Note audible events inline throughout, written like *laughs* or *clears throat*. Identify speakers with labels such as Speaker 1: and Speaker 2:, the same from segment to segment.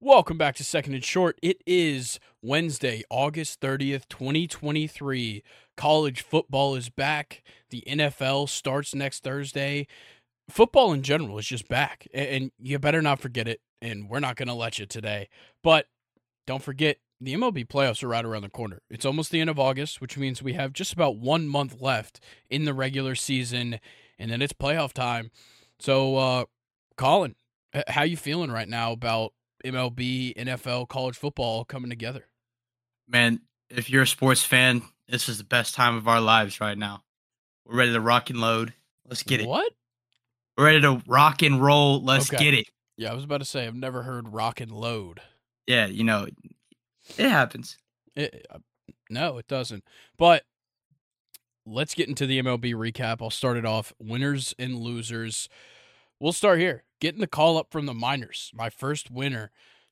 Speaker 1: Welcome back to Second and Short. It is Wednesday, August 30th, 2023. College football is back. The NFL starts next Thursday. Football in general is just back, a- and you better not forget it. And we're not going to let you today. But don't forget, the MLB playoffs are right around the corner. It's almost the end of August, which means we have just about one month left in the regular season, and then it's playoff time. So, uh, Colin, h- how you feeling right now about MLB, NFL, college football coming together?
Speaker 2: Man, if you're a sports fan, this is the best time of our lives right now. We're ready to rock and load. Let's get it.
Speaker 1: What?
Speaker 2: We're ready to rock and roll. Let's
Speaker 1: Okay.
Speaker 2: get it.
Speaker 1: Yeah, I was about to say I've never heard rock and load.
Speaker 2: Yeah, you know, it happens.
Speaker 1: It, uh, no, it doesn't. But let's get into the MLB recap. I'll start it off winners and losers. We'll start here. Getting the call up from the minors. My first winner.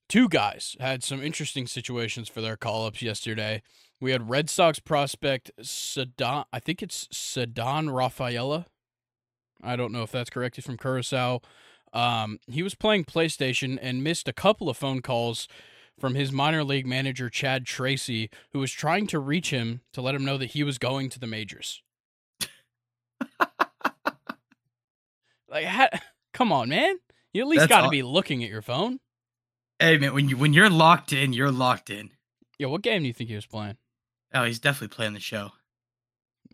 Speaker 1: Two guys had some interesting situations for their call ups yesterday. We had Red Sox prospect Sedan, I think it's Sedan Rafaela. I don't know if that's correct. He's from Curacao. Um, he was playing PlayStation and missed a couple of phone calls from his minor league manager, Chad Tracy, who was trying to reach him to let him know that he was going to the
Speaker 2: *laughs*
Speaker 1: majors. like, ha- come on, man. You at least
Speaker 2: That's
Speaker 1: got to
Speaker 2: aw-
Speaker 1: be looking at your phone.
Speaker 2: Hey man, when you when you're locked in, you're locked in.
Speaker 1: Yeah, what game do you think he was playing?
Speaker 2: Oh, he's definitely playing the show.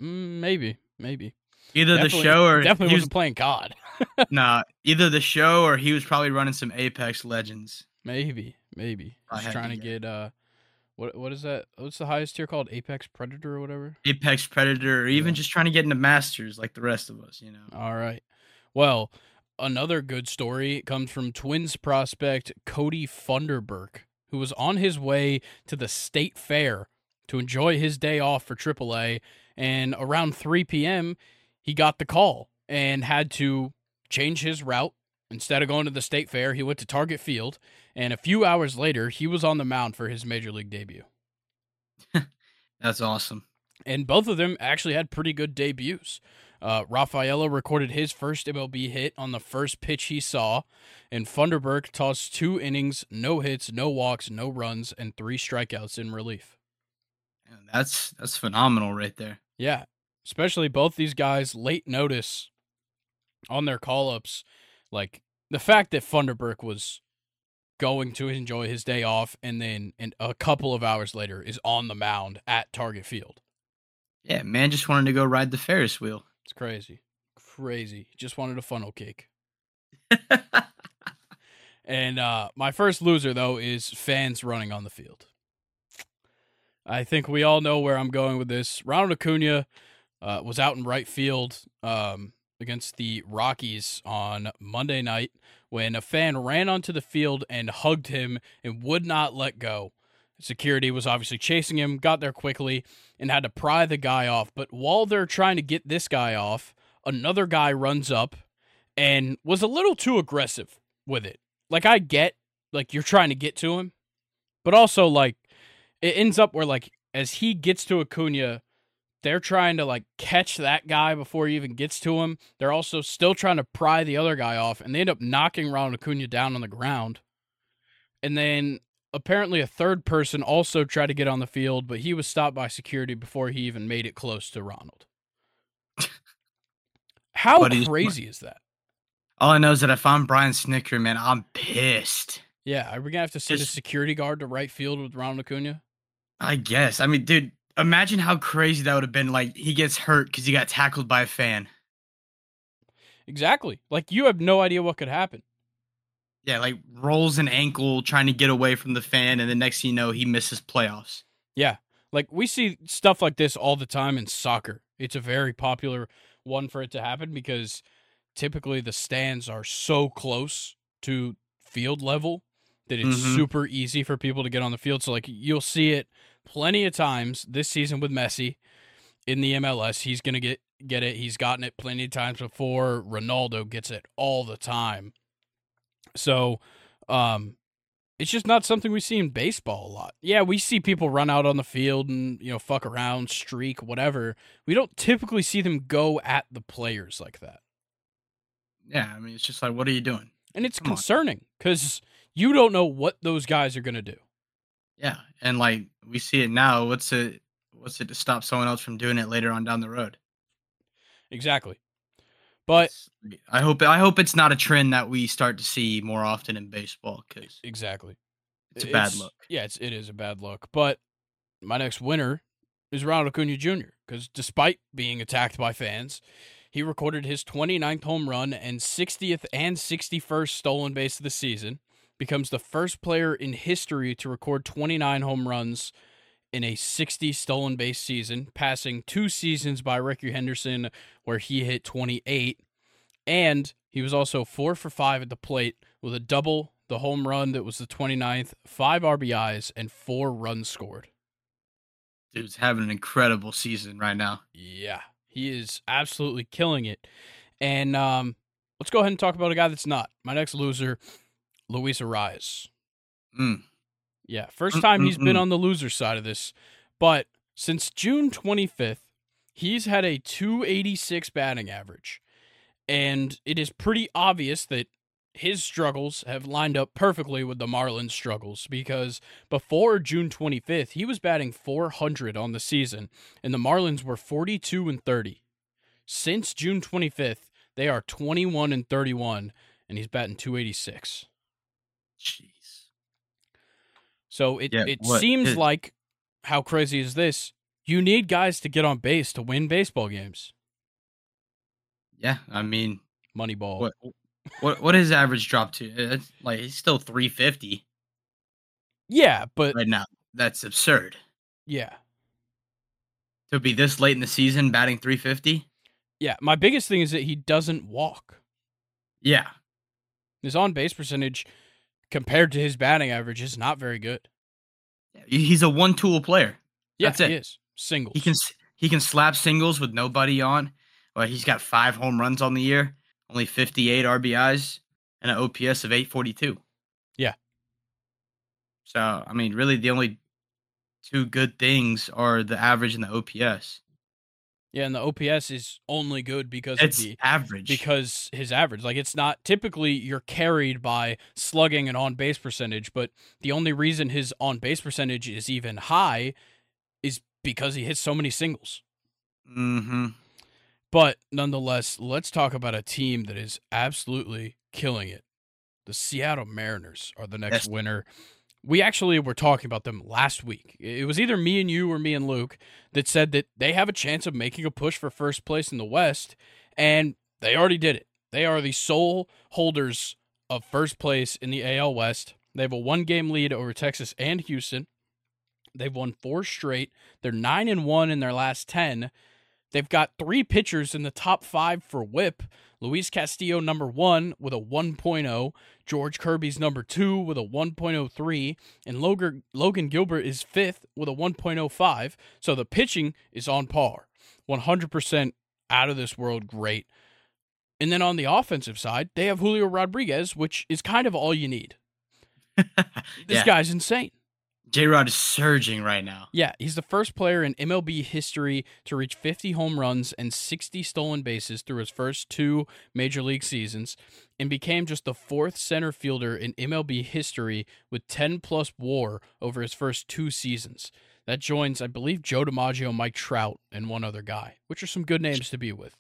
Speaker 1: Mm, maybe, maybe.
Speaker 2: Either
Speaker 1: Definitely-
Speaker 2: the show or
Speaker 1: definitely
Speaker 2: he
Speaker 1: wasn't playing COD.
Speaker 2: was, nah, either the show or he was probably running some Apex Legends.
Speaker 1: Maybe, maybe.
Speaker 2: I
Speaker 1: He's
Speaker 2: had to
Speaker 1: trying to get uh, what what is that? What's the highest tier called? Apex Predator or whatever.
Speaker 2: Apex Predator, or even
Speaker 1: Yeah.
Speaker 2: just trying to get into Masters like the rest of us, you know.
Speaker 1: All right. Well, another good story comes from Twins prospect Cody Funderburk, who was on his way to the state fair to enjoy his day off for AAA. And around 3 p.m., he got the call and had to change his route. Instead of going to the state fair, he went to Target Field. And a few hours later, he was on the mound for his major league debut.
Speaker 2: That's awesome.
Speaker 1: and both of them actually had pretty good debuts. Uh, Rafaela recorded his first MLB hit on the first pitch he saw, and Funderburk tossed two innings, no hits, no walks, no runs, and three strikeouts in relief.
Speaker 2: Man, That's that's phenomenal right there.
Speaker 1: Yeah, especially both these guys late notice on their call ups. Like the fact that Funderburk was going to enjoy his day off, and then and a couple of hours later is on the mound at Target Field.
Speaker 2: Yeah, man just wanted to go ride the Ferris wheel. *laughs*
Speaker 1: It's crazy. Crazy. Just wanted a funnel cake. And uh, my first loser, though, is fans running on the field. I think we all know where I'm going with this. Ronald Acuna uh, was out in right field um, against the Rockies on Monday night when a fan ran onto the field and hugged him and would not let go. Security was obviously chasing him, got there quickly, and had to pry the guy off. But while they're trying to get this guy off, another guy runs up and was a little too aggressive with it. Like, I get, like, you're trying to get to him, but also, like, it ends up where, like, as he gets to Acuna, they're trying to, like, catch that guy before he even gets to him. They're also still trying to pry the other guy off, and they end up knocking Ronald Acuna down on the ground. And then apparently a third person also tried to get on the field, but he was stopped by security before he even made it close to Ronald.
Speaker 2: *laughs*
Speaker 1: How
Speaker 2: But he's smart.
Speaker 1: crazy is that?
Speaker 2: All I know is that if I'm Brian Snicker, man, I'm pissed.
Speaker 1: Yeah, are we gonna have to send a
Speaker 2: Just-
Speaker 1: security guard to right field with Ronald Acuna?
Speaker 2: I guess. I mean, dude, imagine how crazy that would have been. Like he gets hurt because he got tackled by a fan.
Speaker 1: Exactly. Like you have no idea what could happen.
Speaker 2: Yeah, like rolls an ankle trying to get away from the fan, and the next thing you know, he misses playoffs.
Speaker 1: Like we see stuff like this all the time in soccer. It's a very popular one for it to happen because typically the stands are so close to field level that it's
Speaker 2: Mhm.
Speaker 1: super easy for people to get on the field. So like you'll see it plenty of times this season with Messi in the MLS. He's gonna get get it. He's gotten it plenty of times before. Ronaldo gets it all the time. So um it's just not something we see in baseball a lot. Yeah, we see people run out on the field and, you know, fuck around, streak, whatever. We don't typically see them go at the players like that.
Speaker 2: Yeah, I mean, it's just like, what are you doing?
Speaker 1: And it's
Speaker 2: Come on.
Speaker 1: concerning because You don't know what those guys are going to do.
Speaker 2: Yeah, and like we see it now. What's it? What's it to stop someone else from doing it later on down the road?
Speaker 1: Exactly. But
Speaker 2: It's- I hope I hope it's not a trend that we start to see more often in baseball because
Speaker 1: exactly.
Speaker 2: it's a bad look.
Speaker 1: Yeah, it's it is a bad look. But my next winner is Ronald Acuna Jr. because despite being attacked by fans, he recorded his 29th home run and 60th and 61st stolen base of the season. Becomes the first player in history to record 29 home runs in a 60 stolen base season, passing two seasons by Ricky Henderson, where he hit 28. And he was also four for five at the plate with a double, the home run that was the 29th, five RBIs, and four runs scored.
Speaker 2: Dude's having an incredible season right now.
Speaker 1: Yeah, he is absolutely killing it. And um, let's go ahead and talk about a guy that's not. My next loser, Luis Arias.
Speaker 2: Mm.
Speaker 1: Yeah, first time he's been
Speaker 2: Mm-mm-mm.
Speaker 1: on the loser side of this. But since June 25th, he's had a 286 batting average. And it is pretty obvious that his struggles have lined up perfectly with the Marlins' struggles because before June 25th, he was batting 400 on the season, and the Marlins were 42 and 30. Since June 25th, they are 21 and 31, and he's batting 286.
Speaker 2: Jeez.
Speaker 1: So it
Speaker 2: Yeah,
Speaker 1: it
Speaker 2: what-
Speaker 1: seems
Speaker 2: it-
Speaker 1: like how crazy is this? You need guys to get on base to win baseball games.
Speaker 2: Yeah, I mean,
Speaker 1: Moneyball.
Speaker 2: what what what is average drop to? uh, It's like it's still 350
Speaker 1: Yeah, but
Speaker 2: right now. That's absurd.
Speaker 1: yeah.
Speaker 2: To be this late in the season batting 350?
Speaker 1: Yeah, my biggest thing is that he doesn't walk.
Speaker 2: Yeah.
Speaker 1: His on-base percentage compared to his batting average is not very good.
Speaker 2: He's a one-tool player.
Speaker 1: Yeah,
Speaker 2: That's
Speaker 1: he
Speaker 2: it.
Speaker 1: is. Singles.
Speaker 2: He can s- he can slap singles with nobody on. Well, he's got 5 home runs on the year, only 58 RBIs and an OPS of 842.
Speaker 1: Yeah.
Speaker 2: So, I mean, really the only two good things are the average and the OPS.
Speaker 1: yeah, and the OPS is only good because
Speaker 2: It's
Speaker 1: of the
Speaker 2: average.
Speaker 1: because his average. Like it's not typically you're carried by slugging and on base percentage, but the only reason his on base percentage is even high is because he hits so many singles.
Speaker 2: mhm.
Speaker 1: But nonetheless, let's talk about a team that is absolutely killing it. The Seattle Mariners are the next
Speaker 2: Yes.
Speaker 1: winner. We actually were talking about them last week. It was either me and you or me and Luke that said that they have a chance of making a push for first place in the West, and they already did it. They are the sole holders of first place in the AL West. They have a one game lead over Texas and Houston. They've won four straight. They're nine and one in their last ten. They've got three pitchers in the top five for whip. Luis Castillo, number one, with a 1.0. George Kirby's number two, with a 1.03. And Logan, Logan Gilbert is fifth, with a 1.05. So the pitching is on par. 100% out of this world great. And then on the offensive side, they have Julio Rodriguez, which is kind of all you need. This
Speaker 2: Yeah.
Speaker 1: guy's insane.
Speaker 2: J-Rod is surging right now.
Speaker 1: Yeah, he's the first player in MLB history to reach 50 home runs and 60 stolen bases through his first two major league seasons and became just the fourth center fielder in MLB history with 10 plus war over his first two seasons. That joins, I believe, Joe DiMaggio, Mike Trout, and one other guy, which are some good names to be with.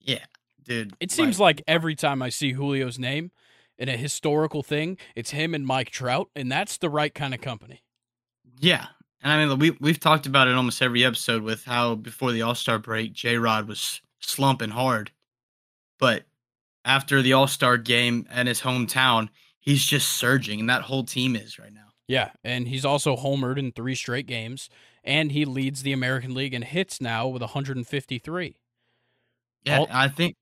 Speaker 2: Yeah. Dude.
Speaker 1: It seems like every time I see Julio's name in a historical thing, it's him and Mike Trout, and that's the right kind of company.
Speaker 2: Yeah. And I mean, we, we've talked about it almost every episode with how before the All Star break, J Rod was slumping hard. But after the All Star game and his hometown, he's just surging. And that whole team is right now.
Speaker 1: Yeah, and he's also homered in three straight games, and he leads the American League in hits now with 153.
Speaker 2: Yeah.
Speaker 1: All-
Speaker 2: I think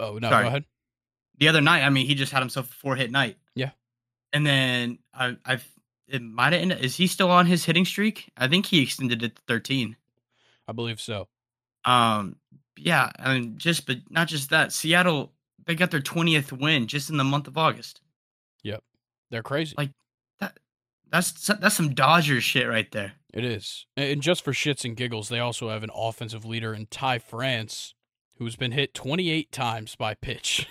Speaker 1: Oh no,
Speaker 2: Sorry.
Speaker 1: go ahead.
Speaker 2: the other night, I mean, he just had himself a four hit night.
Speaker 1: Yeah.
Speaker 2: And then I, I've, it might have ended. Is he still on his hitting streak? I think he extended it to 13.
Speaker 1: I believe so.
Speaker 2: Um, yeah, I mean, just but not just that. Seattle they got their twentieth win just in the month of August.
Speaker 1: They're crazy.
Speaker 2: Like- That's so- that's some Dodgers shit right
Speaker 1: *laughs*
Speaker 2: there.
Speaker 1: It is, and and just for shits and giggles, they also have an offensive leader in Ty France, who's been hit 28 *laughs*
Speaker 2: *laughs*
Speaker 1: times by pitch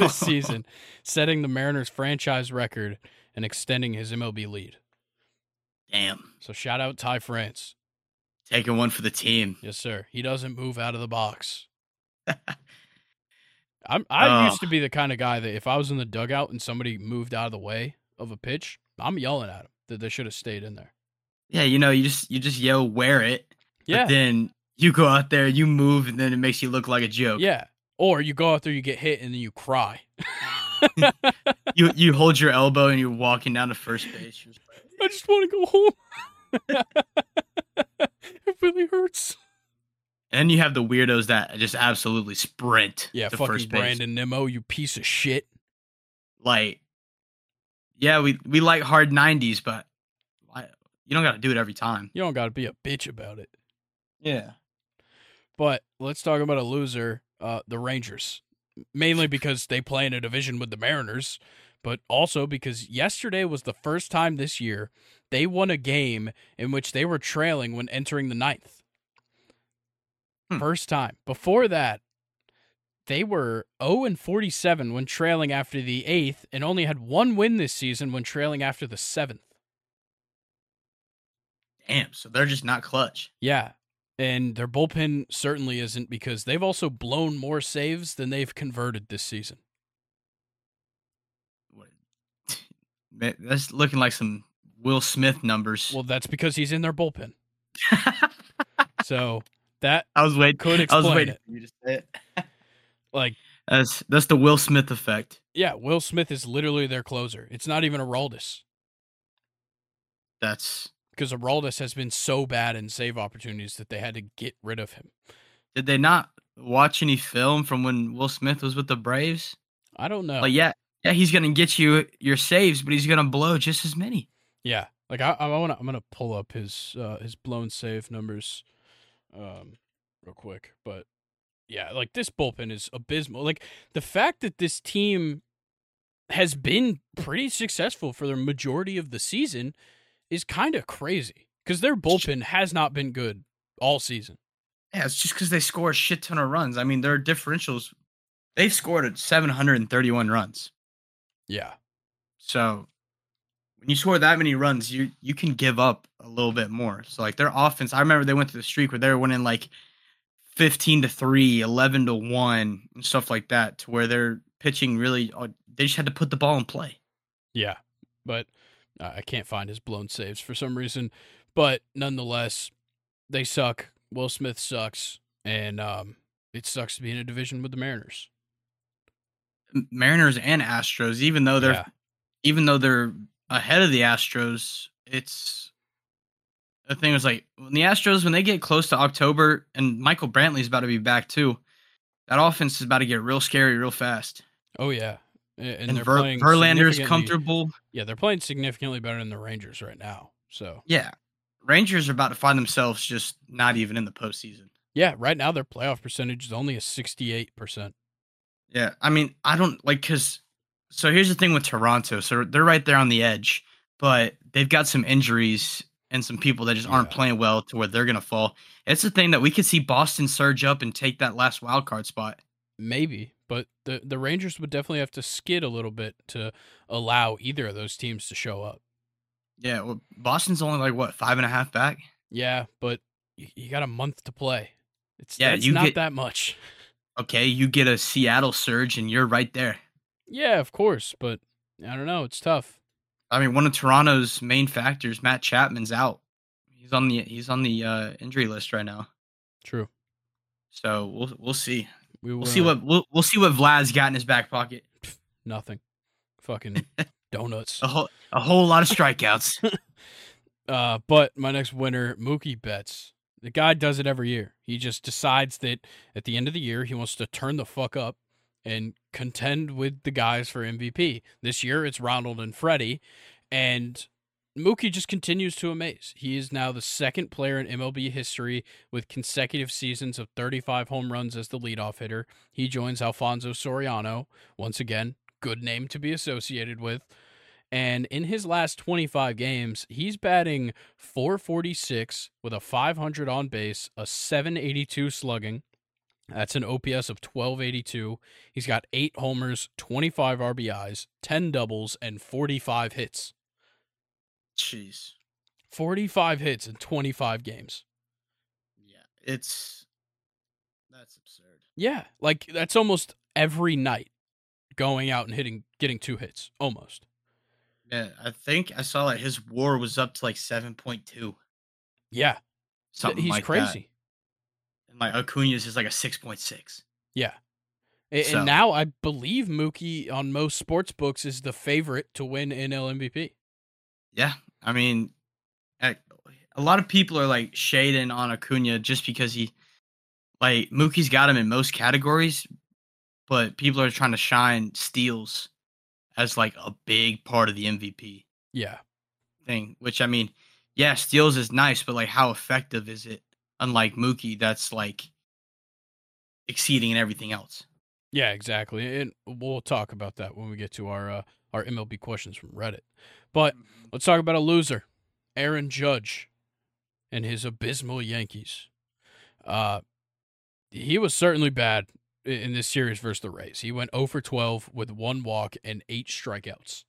Speaker 1: this season, setting the Mariners franchise record and extending his MLB lead.
Speaker 2: Damn.
Speaker 1: So shout out Ty France.
Speaker 2: Taking one for the team.
Speaker 1: Yes, sir. He doesn't move out of the box. *laughs* I'm, I
Speaker 2: Oh.
Speaker 1: used to be the kind of guy that if I was in the dugout and somebody moved out of the way of a pitch, I'm yelling at him that they should have stayed in there.
Speaker 2: Yeah, you know, you just you just yell wear it.
Speaker 1: Yeah.
Speaker 2: But then you go out there, you move, and then it makes you look like a joke.
Speaker 1: Yeah. Or you go out there, you get hit, and then you cry.
Speaker 2: You you hold your elbow and you're walking down to first base. You're just like,
Speaker 1: I just want to go home. *laughs* it really hurts.
Speaker 2: And then you have the weirdos that just absolutely sprint
Speaker 1: Yeah,
Speaker 2: to
Speaker 1: fucking
Speaker 2: first base.
Speaker 1: Brandon Nimmo, you piece of shit.
Speaker 2: Like, yeah, we, we like hard 90s, but why- you don't got to do it every time.
Speaker 1: You don't got to be a bitch about it.
Speaker 2: Yeah.
Speaker 1: But let's talk about a loser, uh, the Rangers, mainly because they play in a division with the Mariners, but also because yesterday was the first time this year they won a game in which they were trailing when entering the ninth.
Speaker 2: Hmm.
Speaker 1: First time. Before that, they were 0 and 47 when trailing after the eighth, and only had one win this season when trailing after the seventh.
Speaker 2: Damn. So they're just not clutch.
Speaker 1: Yeah. And their bullpen certainly isn't because they've also blown more saves than they've converted this season.
Speaker 2: What- *laughs* Man, That's looking like some Will Smith numbers.
Speaker 1: Well, that's because he's in their bullpen. So that,
Speaker 2: *laughs* I was waiting.
Speaker 1: Could
Speaker 2: I was
Speaker 1: explain
Speaker 2: waiting
Speaker 1: it.
Speaker 2: for you to say it. *laughs*
Speaker 1: like,
Speaker 2: That's that's the Will Smith effect.
Speaker 1: yeah, Will Smith is literally their closer. It's not even Araldis
Speaker 2: That's
Speaker 1: because Araldis has been so bad in save opportunities that they had to get rid of him.
Speaker 2: did they not watch any film from when Will Smith was with the Braves?
Speaker 1: I don't know.
Speaker 2: Like yeah, yeah, he's gonna get you your saves, but he's gonna blow just as many.
Speaker 1: Yeah, like I, I want to. I'm gonna pull up his uh, his blown save numbers, um, real quick. But yeah, like this bullpen is abysmal. Like the fact that this team has been pretty successful for the majority of the season is kind of crazy because their bullpen has not been good all season.
Speaker 2: Yeah, it's just because they score a shit ton of runs. I mean, their differentials, they've scored at 731 runs.
Speaker 1: Yeah,
Speaker 2: So when you score that many runs, you you can give up a little bit more. So like their offense, I remember they went through the streak where they were winning like 15 to 3, 11 to 1 and stuff like that to where their pitching really uh, they just had to put the ball in play.
Speaker 1: Yeah, but uh, I can't find his blown saves for some reason. But nonetheless, they suck. Will Smith sucks, and um, it sucks to be in a division with the Mariners.
Speaker 2: M- Mariners and Astros, even though they're
Speaker 1: Yeah.
Speaker 2: even though they're ahead of the Astros, it's the thing was like when the Astros when they get close to October and Michael Brantley's about to be back too, that offense is about to get real scary real fast.
Speaker 1: Oh yeah, A- and,
Speaker 2: and,
Speaker 1: they're
Speaker 2: Ver-
Speaker 1: playing
Speaker 2: Verlander's
Speaker 1: significantly-
Speaker 2: comfortable.
Speaker 1: Yeah, they're playing significantly better than the Rangers right now. So
Speaker 2: Yeah, Rangers are about to find themselves just not even in the postseason.
Speaker 1: yeah, right now their playoff percentage is only a sixty-eight percent.
Speaker 2: Yeah, I mean, I don't like because. So here's the thing with Toronto. So they're right there on the edge, but they've got some injuries and some people that just aren't
Speaker 1: Yeah.
Speaker 2: playing well to where they're gonna fall. It's the thing that we could see Boston surge up and take that last wild card spot.
Speaker 1: Maybe, but the the Rangers would definitely have to skid a little bit to allow either of those teams to show up.
Speaker 2: Yeah, well, Boston's only like what five and a half back.
Speaker 1: Yeah, but you, you got a month to play. It's
Speaker 2: Yeah,
Speaker 1: that's
Speaker 2: you
Speaker 1: not
Speaker 2: get-
Speaker 1: that much.
Speaker 2: Okay, you get a Seattle surge and you're right there.
Speaker 1: Yeah, of course, but I don't know. It's tough.
Speaker 2: I mean, one of Toronto's main factors, Matt Chapman's out. He's on the he's on the uh, injury list right now.
Speaker 1: True.
Speaker 2: So we'll we'll see.
Speaker 1: We will
Speaker 2: We'll see what we'll we'll see what Vlad's got in his back pocket.
Speaker 1: nothing.
Speaker 2: *laughs*
Speaker 1: Fucking donuts.
Speaker 2: A whole a whole lot
Speaker 1: *laughs*
Speaker 2: of strikeouts.
Speaker 1: Uh, but my next winner, Mookie Betts. The guy does it every year. He just decides that at the end of the year he wants to turn the fuck up and contend with the guys for MVP. This year it's Ronald and Freddie, and Mookie just continues to amaze. He is now the second player in MLB history with consecutive seasons of 35 home runs as the leadoff hitter. He joins Alfonso Soriano, once again, good name to be associated with. And in his last 25 games, he's batting 446 with a 500 on base, a 782 slugging, That's an OPS of 1282. He's got eight homers, 25 RBIs, 10 doubles, and 45 hits.
Speaker 2: Jeez.
Speaker 1: 45 hits in 25 games.
Speaker 2: Yeah. It's that's absurd.
Speaker 1: Yeah. Like, that's almost every night going out and hitting, getting two hits. Almost.
Speaker 2: Yeah, I think I saw like his war was up to like seven point two.
Speaker 1: Yeah.
Speaker 2: Something
Speaker 1: He's
Speaker 2: like
Speaker 1: crazy.
Speaker 2: That. And like Acuna's is like a six point six.
Speaker 1: Yeah. A- And,
Speaker 2: So-
Speaker 1: now I believe Mookie on most sports books is the favorite to win NL MVP.
Speaker 2: Yeah, I mean, a a lot of people are like shading on Acuna just because he, like, Mookie's got him in most categories, but people are trying to shine steals as like a big part of the MVP
Speaker 1: Yeah.
Speaker 2: thing. Which I mean, yeah, steals is nice, but like, how effective is it? Unlike Mookie, that's like exceeding in everything else.
Speaker 1: Yeah, exactly. And we'll talk about that when we get to our uh, our MLB questions from Reddit. But let's talk about a loser, Aaron Judge and his abysmal Yankees. Uh he was certainly bad i- in this series versus the Rays. He went 0 for 12 with one walk and eight strikeouts.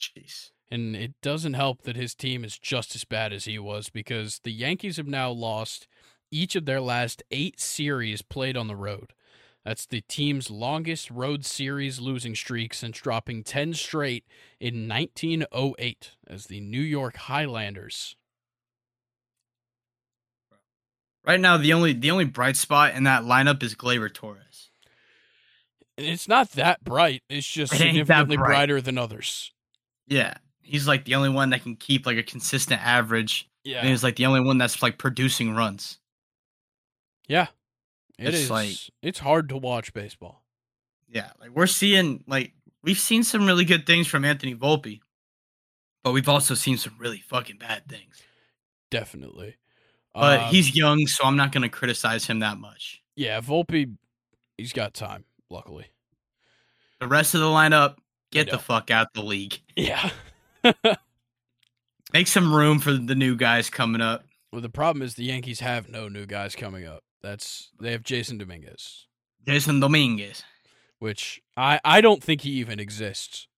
Speaker 2: Jeez.
Speaker 1: And it doesn't help that his team is just as bad as he was because the Yankees have now lost each of their last eight series played on the road. That's the team's longest road series losing streak since dropping 10 straight in 1908 as the New York Highlanders.
Speaker 2: Right now, the only the only bright spot in that lineup is Glaber Torres.
Speaker 1: And it's not that bright, it's just
Speaker 2: *laughs* It ain't that
Speaker 1: significantly
Speaker 2: bright.
Speaker 1: brighter than others.
Speaker 2: Yeah. He's like the only one that can keep like a consistent average. And
Speaker 1: Yeah.
Speaker 2: he's like the only one that's like producing runs.
Speaker 1: Yeah. It
Speaker 2: It's
Speaker 1: is
Speaker 2: like-
Speaker 1: it's hard to watch baseball.
Speaker 2: Yeah. Like we're seeing like we've seen some really good things from Anthony Volpe, but we've also seen some really fucking bad things.
Speaker 1: Definitely.
Speaker 2: But
Speaker 1: Um,
Speaker 2: he's young, so I'm not gonna criticize him that much.
Speaker 1: Yeah, Volpe, he's got time, luckily.
Speaker 2: The rest of the lineup,
Speaker 1: They
Speaker 2: get the
Speaker 1: don't.
Speaker 2: fuck out the league.
Speaker 1: Yeah.
Speaker 2: Make some room for the new guys coming up.
Speaker 1: Well, the problem is the Yankees have no new guys coming up. That's they have Jason Dominguez,
Speaker 2: Jason Dominguez.
Speaker 1: which I I don't think he even exists.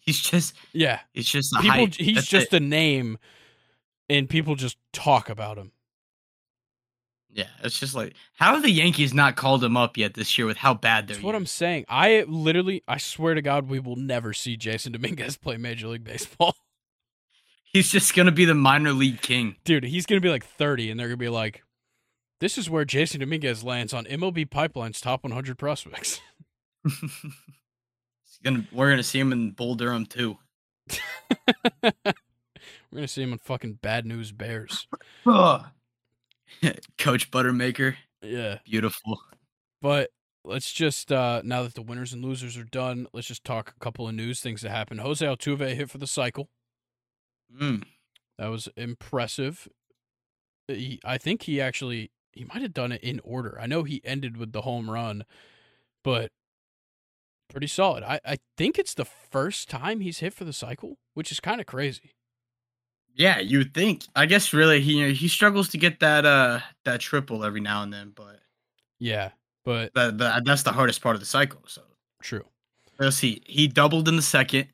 Speaker 2: He's just
Speaker 1: Yeah,
Speaker 2: it's just a
Speaker 1: people.
Speaker 2: hype.
Speaker 1: He's
Speaker 2: That's
Speaker 1: just
Speaker 2: it.
Speaker 1: a name, and people just talk about him.
Speaker 2: yeah. It's just like how have the Yankees not called him up yet this year with how bad they're
Speaker 1: That's what I'm saying. I literally, I swear to God, we will never see Jason *laughs* Dominguez play Major League Baseball, *laughs*
Speaker 2: He's just gonna be the minor league king. *laughs*
Speaker 1: dude. He's gonna be like 30, and they're gonna be like, "This is where Jason Dominguez lands on MLB Pipeline's top 100 prospects."
Speaker 2: He's gonna, we're gonna see him in Bull Durham too.
Speaker 1: We're gonna see him on fucking Bad News Bears.
Speaker 2: *laughs* Coach Buttermaker,
Speaker 1: Yeah.
Speaker 2: beautiful.
Speaker 1: But let's just uh now that the winners and losers are done, let's just talk a couple of news things that happened. Jose Altuve hit for the cycle.
Speaker 2: Mm,
Speaker 1: That was impressive. He, I think he actually he might have done it in order. I know he ended with the home run, but pretty solid. I, I think it's the first time he's hit for the cycle, which is kind of crazy.
Speaker 2: Yeah, you would think. I guess really he he struggles to get that uh that triple every now and then, but
Speaker 1: Yeah, but
Speaker 2: that, that that's the hardest part of the cycle. So
Speaker 1: true.
Speaker 2: let's see. He doubled in the second.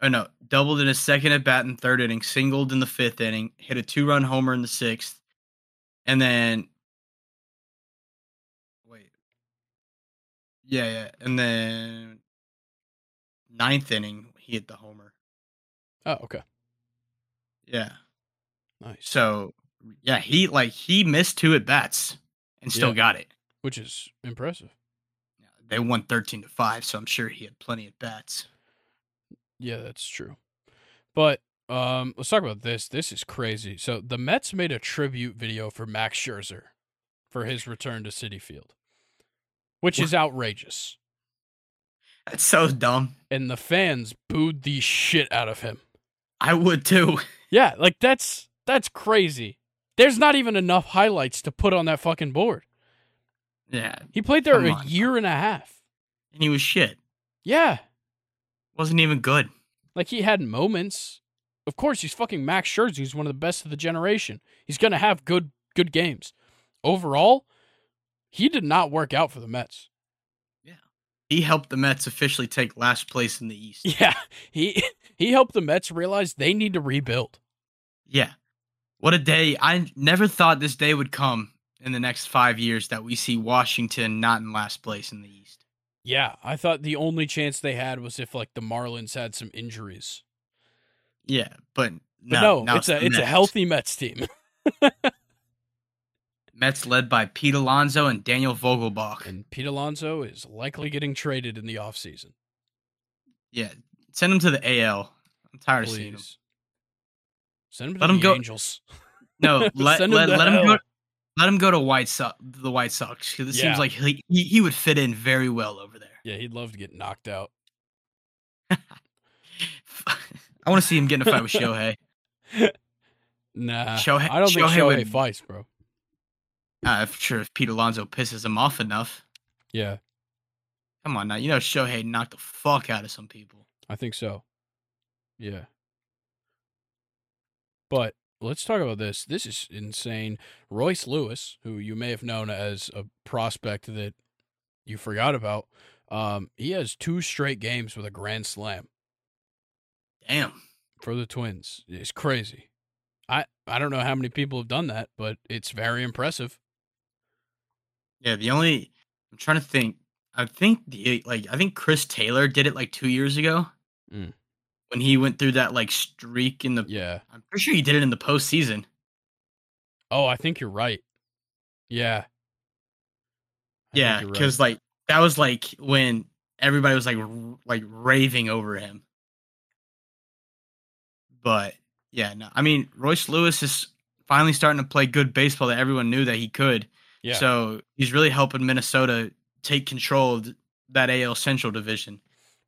Speaker 2: Oh no, doubled in his second at bat in third inning, singled in the fifth inning, hit a two run homer in the sixth, and then wait. Yeah, yeah. And then ninth inning, he hit the homer.
Speaker 1: Oh, okay.
Speaker 2: Yeah.
Speaker 1: Nice.
Speaker 2: So yeah, he like he missed two at bats and still
Speaker 1: Yeah.
Speaker 2: got it.
Speaker 1: Which is impressive.
Speaker 2: They won thirteen to five, so I'm sure he had plenty at bats.
Speaker 1: Yeah, that's true. But um, let's talk about this. This is crazy. So the Mets made a tribute video for Max Scherzer for his return to City Field, which is outrageous.
Speaker 2: That's so dumb.
Speaker 1: And the fans booed the shit out of him.
Speaker 2: I would too.
Speaker 1: Yeah, like that's that's crazy. There's not even enough highlights to put on that fucking board.
Speaker 2: Yeah,
Speaker 1: He played there
Speaker 2: Come
Speaker 1: a
Speaker 2: on.
Speaker 1: year and a half.
Speaker 2: and he was shit.
Speaker 1: Yeah,
Speaker 2: Wasn't even good.
Speaker 1: like he had moments. Of course, he's fucking Max Scherzer. He's one of the best of the generation. He's gonna have good good games. Overall, He did not work out for the Mets.
Speaker 2: He helped the Mets officially take last place in the East.
Speaker 1: *laughs* Yeah, he he helped the Mets realize they need to rebuild.
Speaker 2: Yeah. What a day. I never thought this day would come in the next five years that we see Washington not in last place in the East.
Speaker 1: Yeah, I thought the only chance they had was if like the Marlins had some injuries.
Speaker 2: Yeah, but
Speaker 1: But
Speaker 2: no,
Speaker 1: no,
Speaker 2: now
Speaker 1: it's a
Speaker 2: the
Speaker 1: it's a
Speaker 2: Mets.
Speaker 1: healthy Mets *laughs* team.
Speaker 2: Mets led by Pete Alonso and Daniel Vogelbach.
Speaker 1: and Pete Alonso is likely getting traded in the offseason.
Speaker 2: yeah, send him to the AL. I'm tired of seeing him.
Speaker 1: Please. Send him to
Speaker 2: Let
Speaker 1: the
Speaker 2: him go-
Speaker 1: Angels. *laughs*
Speaker 2: No, let
Speaker 1: Send him
Speaker 2: let,
Speaker 1: to
Speaker 2: let him go.
Speaker 1: hell.
Speaker 2: Let him go to White Sox. The White Sox. 'cause it
Speaker 1: Yeah.
Speaker 2: seems like he, he he would fit in very well over there.
Speaker 1: Yeah, he'd love to get knocked out.
Speaker 2: *laughs* I want to see him get in a fight with Shohei.
Speaker 1: Nah.
Speaker 2: Shohei-
Speaker 1: I don't think
Speaker 2: Shohei
Speaker 1: Shohei
Speaker 2: would-
Speaker 1: fights, bro.
Speaker 2: Uh, I'm sure if Pete Alonso pisses him off enough.
Speaker 1: Yeah,
Speaker 2: Come on now, you know Shohei knocked the fuck out of some people.
Speaker 1: I think so. Yeah. But let's talk about this. This is insane. Royce Lewis, who you may have known as a prospect that you forgot about, um, he has two straight games with a grand slam.
Speaker 2: Damn.
Speaker 1: for the Twins is crazy. I I don't know how many people have done that, but it's very impressive.
Speaker 2: Yeah, the only I'm trying to think. I think the like I think Chris Taylor did it like two years ago
Speaker 1: Mm.
Speaker 2: when he went through that like streak in the.
Speaker 1: Yeah.
Speaker 2: I'm pretty sure he did it in the postseason.
Speaker 1: Oh, I think you're right. Yeah. I think
Speaker 2: yeah,
Speaker 1: you're right.
Speaker 2: because like that was like when everybody was like r- like raving over him. But yeah, no, I mean Royce Lewis is finally starting to play good baseball that everyone knew that he could.
Speaker 1: yeah.
Speaker 2: So he's really helping Minnesota take control of th- that AL Central division.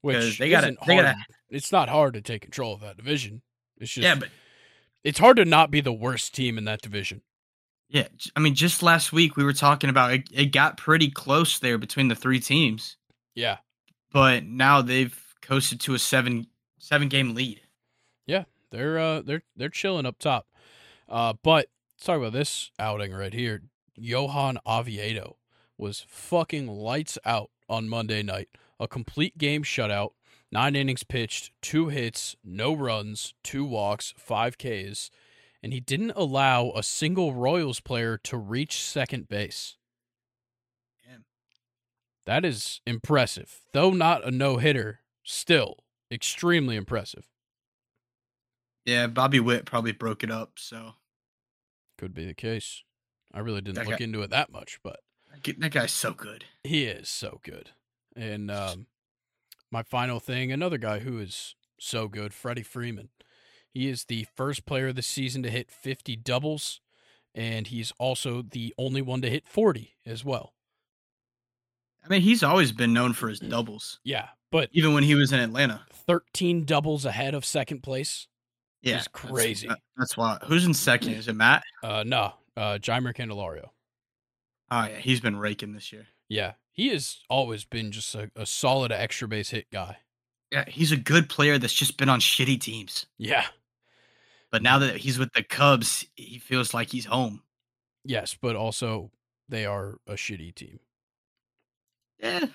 Speaker 1: which
Speaker 2: 'cause they
Speaker 1: they
Speaker 2: gotta-
Speaker 1: isn't
Speaker 2: they
Speaker 1: hard.
Speaker 2: gotta-
Speaker 1: It's not hard to take control of that division. It's just
Speaker 2: yeah, but
Speaker 1: it's hard to not be the worst team in that division.
Speaker 2: yeah, j- I mean just last week we were talking about it, it got pretty close there between the three teams,
Speaker 1: Yeah.
Speaker 2: but now they've coasted to a seven seven game lead.
Speaker 1: They're uh they're they're chilling up top. Uh but let's talk about this outing right here. Johan Oviedo was fucking lights out on Monday night. A complete game shutout, nine innings pitched, two hits, no runs, two walks, five Ks, and he didn't allow a single Royals player to reach second base.
Speaker 2: Damn.
Speaker 1: That is impressive. Though not a no hitter, still extremely impressive.
Speaker 2: Yeah, Bobby Witt probably broke it up, so
Speaker 1: Could be the case. I really didn't
Speaker 2: That
Speaker 1: look
Speaker 2: guy-
Speaker 1: into it that much, but
Speaker 2: That g- that guy's so good.
Speaker 1: he is so good. And um, my final thing another guy who is so good, Freddie Freeman. He is the first player this season to hit 50 doubles, and he's also the only one to hit 40 as well.
Speaker 2: I mean, he's always been known for his doubles,
Speaker 1: Yeah, but
Speaker 2: even when he was in Atlanta.
Speaker 1: 13 doubles ahead of second place.
Speaker 2: Yeah,
Speaker 1: He's
Speaker 2: that's-
Speaker 1: crazy.
Speaker 2: that- That's, why. Who's in second? Is it Matt?
Speaker 1: Uh, no, uh, Jaimer Candelario.
Speaker 2: Oh yeah, he's been raking this year.
Speaker 1: Yeah, he has always been just a, a solid extra base hit guy.
Speaker 2: Yeah, he's a good player that's just been on shitty teams.
Speaker 1: Yeah.
Speaker 2: But now that he's with the Cubs, he feels like he's home.
Speaker 1: Yes, but also they are a shitty team.
Speaker 2: Yeah,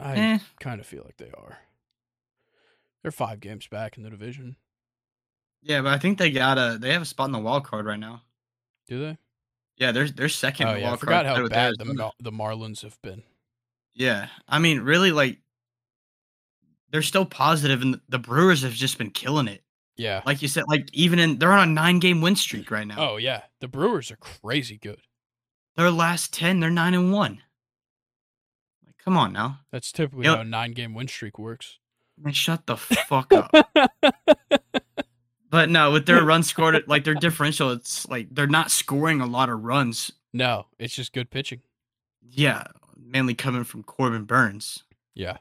Speaker 2: eh.
Speaker 1: I
Speaker 2: Mm.
Speaker 1: kind of feel like they are. They're five games back in the division,
Speaker 2: yeah, but I think they got a they have a spot in the wild card right now.
Speaker 1: do they?
Speaker 2: Yeah, they're they're second.
Speaker 1: oh
Speaker 2: in the
Speaker 1: yeah, I
Speaker 2: wild
Speaker 1: forgot
Speaker 2: card
Speaker 1: how
Speaker 2: tied with
Speaker 1: bad the,
Speaker 2: Arizona.
Speaker 1: Mar- the Marlins have been.
Speaker 2: Yeah, I mean, really, like they're still positive, and the Brewers have just been killing it.
Speaker 1: Yeah.
Speaker 2: Like you said, like even in they're on a nine game win streak right now.
Speaker 1: Oh yeah, the Brewers are crazy good.
Speaker 2: Their last ten, they're nine and one. Like, come on now.
Speaker 1: That's typically
Speaker 2: Yep.
Speaker 1: how a nine-game win streak works.
Speaker 2: Man, shut the fuck
Speaker 1: *laughs*
Speaker 2: up. But no, with their run scored, like their differential, it's like they're not scoring a lot of runs.
Speaker 1: no, it's just good pitching.
Speaker 2: Yeah, mainly coming from Corbin Burns.
Speaker 1: Yeah.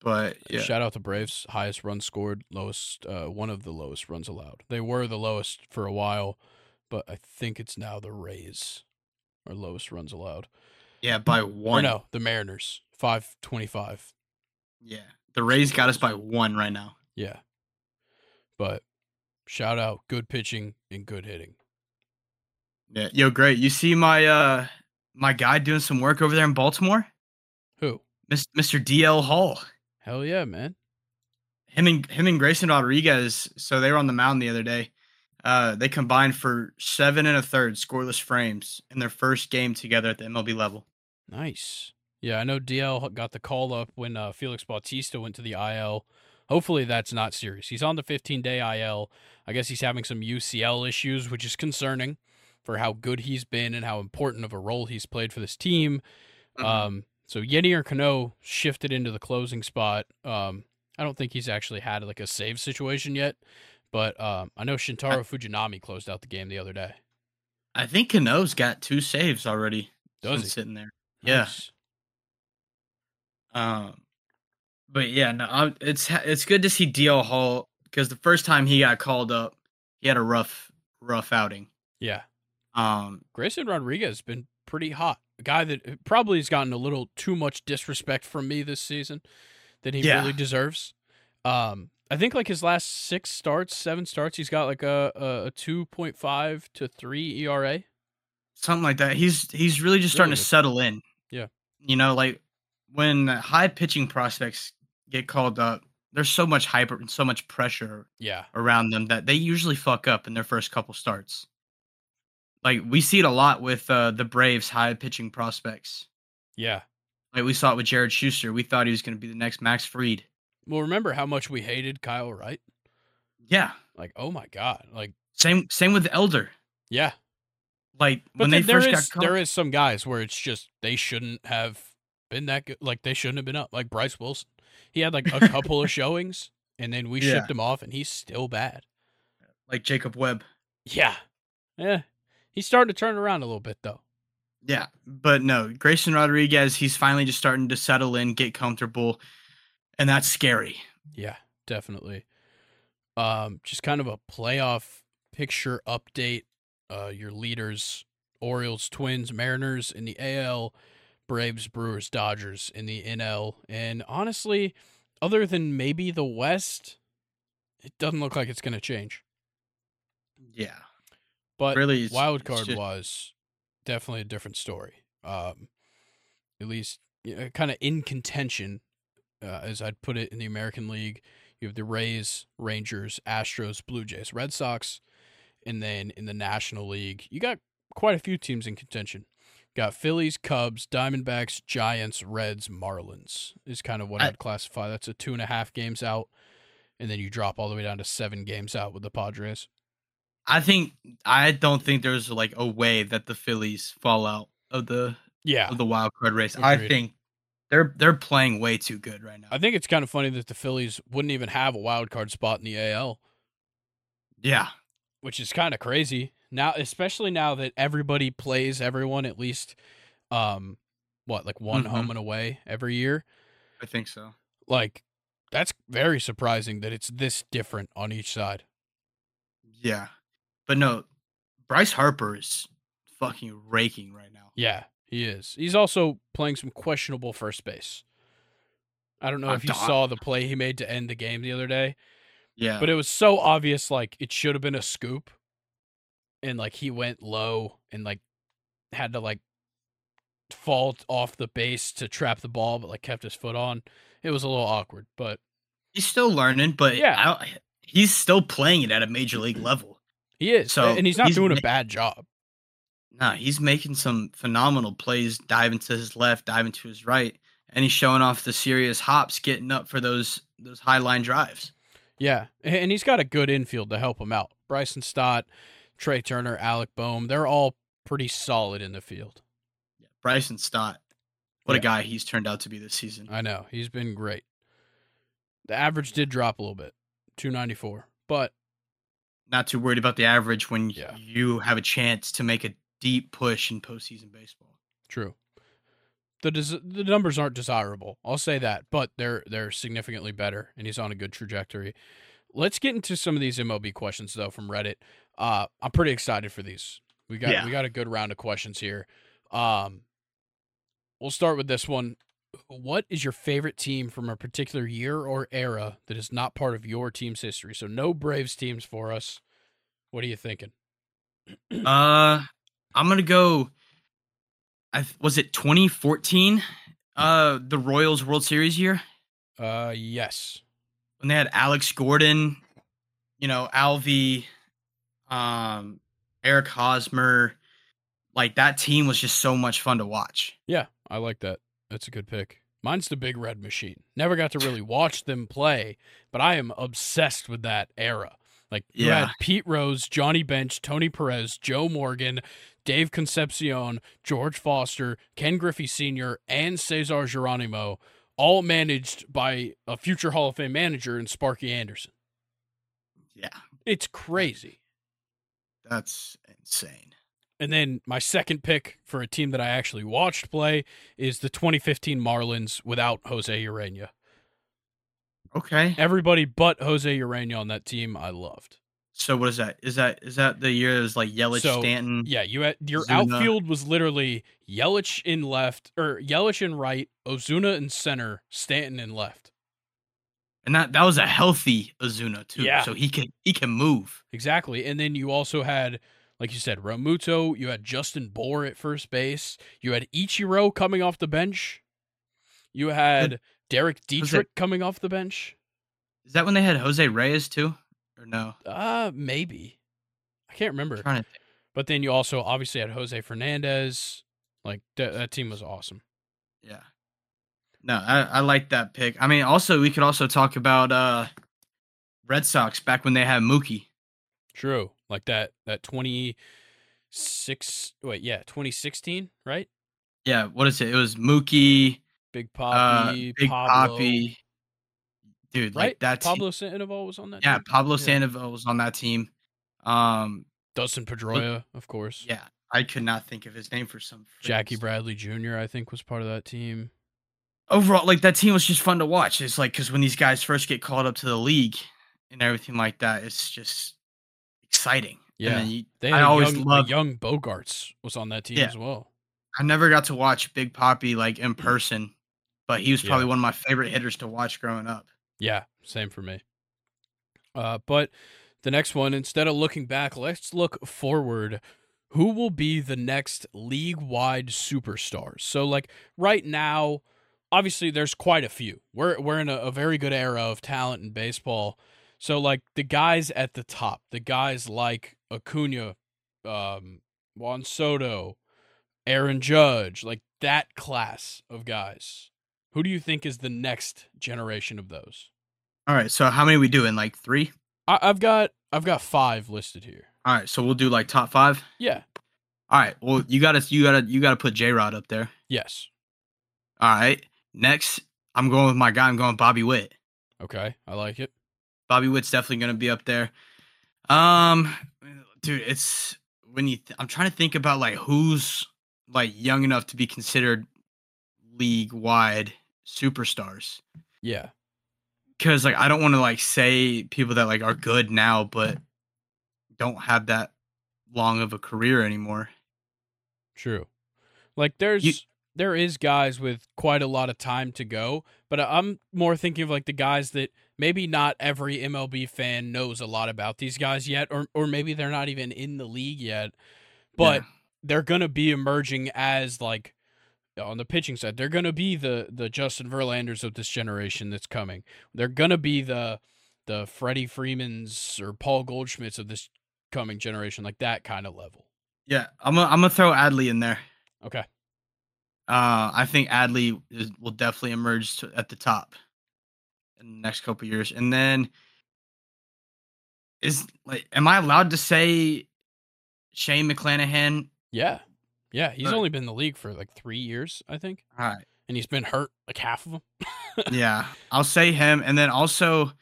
Speaker 2: But yeah,
Speaker 1: Shout out to Braves, highest run scored, lowest uh, one of the lowest runs allowed. They were the lowest for a while, but I think it's now the Rays are lowest runs allowed.
Speaker 2: yeah, by
Speaker 1: Or
Speaker 2: one.
Speaker 1: no, the Mariners, 525.
Speaker 2: Yeah, the Rays got us by one right now.
Speaker 1: Yeah. But shout out good pitching and good hitting.
Speaker 2: Yeah. Yo, great. You see my uh my guy doing some work over there in Baltimore?
Speaker 1: Who?
Speaker 2: Mis- Mr. DL Hall.
Speaker 1: Hell yeah, man.
Speaker 2: Him and him and Grayson Rodriguez, so they were on the mound the other day. Uh, they combined for seven and a third scoreless frames in their first game together at the MLB level.
Speaker 1: Nice. Yeah, I know DL got the call up when uh, Felix Bautista went to the IL. Hopefully that's not serious. He's on the 15 day IL. I guess he's having some UCL issues, which is concerning for how good he's been and how important of a role he's played for this team.
Speaker 2: Mhm.
Speaker 1: Um, so Yenier Cano shifted into the closing spot. Um, I don't think he's actually had like a save situation yet, but um, I know Shintaro Fujinami closed out the game the other day.
Speaker 2: I think Cano's got two saves already.
Speaker 1: Does
Speaker 2: since
Speaker 1: he?
Speaker 2: sitting there? Yeah.
Speaker 1: Nice.
Speaker 2: Um, but yeah, no, I'm, it's ha- it's good to see DL Hall because the first time he got called up, he had a rough rough outing.
Speaker 1: Yeah.
Speaker 2: Um,
Speaker 1: Grayson Rodriguez has been pretty hot. A guy that uh, probably has gotten a little too much disrespect from me this season than he
Speaker 2: Yeah.
Speaker 1: really deserves. Um, I think like his last six starts, seven starts, he's got like a a, a two point five to three E ERA.
Speaker 2: something like that. He's he's really just starting
Speaker 1: Really
Speaker 2: to
Speaker 1: good.
Speaker 2: settle in.
Speaker 1: Yeah.
Speaker 2: you know, like when high pitching prospects get called up, there's so much hype and so much pressure
Speaker 1: Yeah,
Speaker 2: around them that they usually fuck up in their first couple starts. Like we see it a lot with uh, the Braves' high pitching prospects.
Speaker 1: yeah.
Speaker 2: Like we saw it with Jared Schuster. We thought he was going to be the next Max Fried.
Speaker 1: Well, remember how much we hated Kyle Wright?
Speaker 2: Yeah.
Speaker 1: Like, oh my god! Like,
Speaker 2: Same same with Elder.
Speaker 1: yeah.
Speaker 2: Like
Speaker 1: But
Speaker 2: when they
Speaker 1: then there
Speaker 2: first
Speaker 1: is-
Speaker 2: got
Speaker 1: there
Speaker 2: called,
Speaker 1: is some guys where it's just they shouldn't have been that good. Like they shouldn't have been up. Like Bryce Wilson, he had like a *laughs* couple of showings, and then we
Speaker 2: Yeah.
Speaker 1: shipped him off, and he's still bad.
Speaker 2: like Jacob Webb.
Speaker 1: Yeah, yeah. He's starting to turn around a little bit though.
Speaker 2: Yeah, but no, Grayson Rodriguez. He's finally just starting to settle in, get comfortable, and that's scary.
Speaker 1: Yeah, definitely. Um, just kind of a playoff picture update. Uh, your leaders: Orioles, Twins, Mariners in the AL, Braves, Brewers, Dodgers in the NL. And honestly, other than maybe the West, it doesn't look like it's going to change.
Speaker 2: Yeah,
Speaker 1: But
Speaker 2: really. it's-
Speaker 1: wild
Speaker 2: it's
Speaker 1: card
Speaker 2: just-
Speaker 1: wise, definitely a different story. Um, at least kind of in contention, uh, as I'd put it in the American League. You have the Rays, Rangers, Astros, Blue Jays, Red Sox, and then in the National League, you got quite a few teams in contention. Got Phillies, Cubs, Diamondbacks, Giants, Reds, Marlins is kind of what
Speaker 2: I-
Speaker 1: I'd classify. That's a two and a half games out, and then you drop all the way down to seven games out with the Padres.
Speaker 2: I think I don't think there's like a way that the Phillies fall out of the
Speaker 1: Yeah,
Speaker 2: of the wild card race. I
Speaker 1: Agreed.
Speaker 2: think they're they're playing way too good right now.
Speaker 1: I think it's kind of funny that the Phillies wouldn't even have a wild card spot in the AL,
Speaker 2: yeah,
Speaker 1: which is kind of crazy. Now, especially now that everybody plays everyone at least um what, like one
Speaker 2: Mhm.
Speaker 1: home and away every year.
Speaker 2: I think so.
Speaker 1: Like that's very surprising that it's this different on each side.
Speaker 2: Yeah, but no, Bryce Harper is fucking raking right now.
Speaker 1: Yeah, he is. He's also playing some questionable first base. I don't know
Speaker 2: I
Speaker 1: if you
Speaker 2: don't-
Speaker 1: saw the play he made to end the game the other day.
Speaker 2: Yeah,
Speaker 1: But it was so obvious, like it should have been a scoop, and like he went low and like had to like fall off the base to trap the ball, but like kept his foot on. It was a little awkward, but
Speaker 2: he's still learning, but
Speaker 1: Yeah.
Speaker 2: yeah, I, he's still playing it at a major league level.
Speaker 1: he is,
Speaker 2: So,
Speaker 1: and he's not
Speaker 2: he's
Speaker 1: doing a
Speaker 2: ma-
Speaker 1: bad job.
Speaker 2: Nah, he's making some phenomenal plays, diving to his left, diving to his right, and he's showing off the serious hops, getting up for those those high line drives.
Speaker 1: Yeah, a- and he's got a good infield to help him out. Bryson Stott, Trey Turner, Alec Boehm, they're all pretty solid in the field.
Speaker 2: Bryson Stott, what
Speaker 1: Yeah.
Speaker 2: a guy he's turned out to be this season.
Speaker 1: I know he's been great. The average did drop a little bit, two ninety four, but
Speaker 2: Not too worried about the average when
Speaker 1: Yeah.
Speaker 2: you have a chance to make a deep push in postseason
Speaker 1: *clears throat*
Speaker 2: baseball.
Speaker 1: True. The des- the numbers aren't desirable. I'll say that, but they're they're significantly better, and he's on a good trajectory. Let's get into some of these MLB questions though from Reddit. Uh, I'm pretty excited for these. We got
Speaker 2: Yeah.
Speaker 1: we got a good round of questions here. Um, we'll start with this one. What is your favorite team from a particular year or era that is not part of your team's history? So no Braves teams for us. What are you thinking?
Speaker 2: Uh, I'm gonna go. I th- was it 2014, uh, the Royals World Series year
Speaker 1: Uh, yes.
Speaker 2: when they had Alex Gordon, you know, Alvy, um, Eric Hosmer. Like that team was just so much fun to watch.
Speaker 1: Yeah, I like that. That's a good pick. Mine's the Big Red Machine. Never got to really watch them play, but I am obsessed with that era. Like you had
Speaker 2: Yeah.
Speaker 1: Pete Rose, Johnny Bench, Tony Perez, Joe Morgan, Dave Concepcion, George Foster, Ken Griffey Sr., and Cesar Geronimo, all managed by a future Hall of Fame manager in Sparky Anderson.
Speaker 2: Yeah,
Speaker 1: It's crazy.
Speaker 2: that's insane.
Speaker 1: And then my second pick for a team that I actually watched play is the 2015 Marlins without Jose Urania.
Speaker 2: Okay.
Speaker 1: Everybody but Jose Urania on that team, I loved.
Speaker 2: So what is that? Is that is that the year it was like Yelich,
Speaker 1: So,
Speaker 2: Stanton?
Speaker 1: Yeah, you had, your
Speaker 2: Ozuna.
Speaker 1: outfield was literally Yelich in left or Yelich in right, Ozuna in center, Stanton in left.
Speaker 2: And that that was a healthy Azuna too.
Speaker 1: Yeah.
Speaker 2: So he can he can move.
Speaker 1: Exactly. And then you also had, like you said, Ramuto. You had Justin Bohr at first base. You had Ichiro coming off the bench. You had Derek
Speaker 2: was
Speaker 1: Dietrich coming off the bench.
Speaker 2: Is that when they had Jose Reyes too? Or no?
Speaker 1: Uh, maybe. I can't
Speaker 2: I'm
Speaker 1: remember.
Speaker 2: trying to think.
Speaker 1: But then you also obviously had Jose Fernandez. Like that, that team was awesome.
Speaker 2: Yeah. No, I, I like that pick. I mean, also we could also talk about uh Red Sox back when they had Mookie.
Speaker 1: True. Like that that 26 wait, yeah, 2016, right?
Speaker 2: Yeah, what is it? It was Mookie,
Speaker 1: Big
Speaker 2: uh,
Speaker 1: Poppy,
Speaker 2: Big
Speaker 1: Pablo,
Speaker 2: Poppy. Dude,
Speaker 1: right?
Speaker 2: like that's
Speaker 1: Pablo Sandoval was on that.
Speaker 2: yeah,
Speaker 1: team?
Speaker 2: Pablo
Speaker 1: Yeah.
Speaker 2: Sandoval was on that team. Um,
Speaker 1: Dustin Pedroia, of course.
Speaker 2: yeah, I could not think of his name for some. freaking
Speaker 1: Jackie
Speaker 2: s-
Speaker 1: Bradley Jr. I think was part of that team.
Speaker 2: overall, like that team was just fun to watch. It's like because when these guys first get called up to the league and everything like that, it's just exciting.
Speaker 1: Yeah.
Speaker 2: and then you,
Speaker 1: They
Speaker 2: I
Speaker 1: had a
Speaker 2: always
Speaker 1: young, a
Speaker 2: love.
Speaker 1: young Bogarts was on that team
Speaker 2: Yeah.
Speaker 1: as well.
Speaker 2: I never got to watch Big Poppy like in person, but he was probably
Speaker 1: Mm. Yeah.
Speaker 2: one of my favorite hitters to watch growing up.
Speaker 1: Yeah, same for me. Uh, but the next one, instead of looking back, let's look forward. Who will be the next league wide superstars? So, like right now, obviously there's quite a few. We're we're in a, a very good era of talent in baseball. So, like the guys at the top, the guys like Acuna, um, Juan Soto, Aaron Judge, like that class of guys. Who do you think is the next generation of those?
Speaker 2: All right, so how many we doing? Like three.
Speaker 1: I, I've got I've got five listed here.
Speaker 2: All right, so we'll do like top five.
Speaker 1: Yeah.
Speaker 2: All right, well you gotta you gotta you gotta put J Rod up there.
Speaker 1: Yes.
Speaker 2: All right, next I'm going with my guy. I'm going Bobby Witt.
Speaker 1: Okay. I like it.
Speaker 2: Bobby Witt's definitely going to be up there. Um, dude, it's when you. Th- I'm trying to think about like who's like young enough to be considered league wide superstars.
Speaker 1: Yeah.
Speaker 2: Because like I don't want to like say people that like are good now, but don't have that long of a career anymore.
Speaker 1: True. Like there's
Speaker 2: You-
Speaker 1: there is guys with quite a lot of time to go, but I- I'm more thinking of like the guys that maybe not every MLB fan knows a lot about these guys yet, or or maybe they're not even in the league yet, but
Speaker 2: Yeah.
Speaker 1: they're gonna be emerging as like on the pitching side, they're gonna be the the Justin Verlanders of this generation that's coming. They're gonna be the the Freddie Freeman's or Paul Goldschmidt's of this coming generation, like that kind of level.
Speaker 2: yeah, I'm gonna I'm gonna throw Adley in there.
Speaker 1: Okay.
Speaker 2: Uh, I think Adley is, will definitely emerge to, at the top in the next couple years, and then is like, am I allowed to say Shane McClanahan?
Speaker 1: Yeah. Yeah. He's
Speaker 2: Right.
Speaker 1: only been in the league for like three years, I think.
Speaker 2: All right,
Speaker 1: And he's been hurt like half of them.
Speaker 2: yeah, I'll say him, and then also,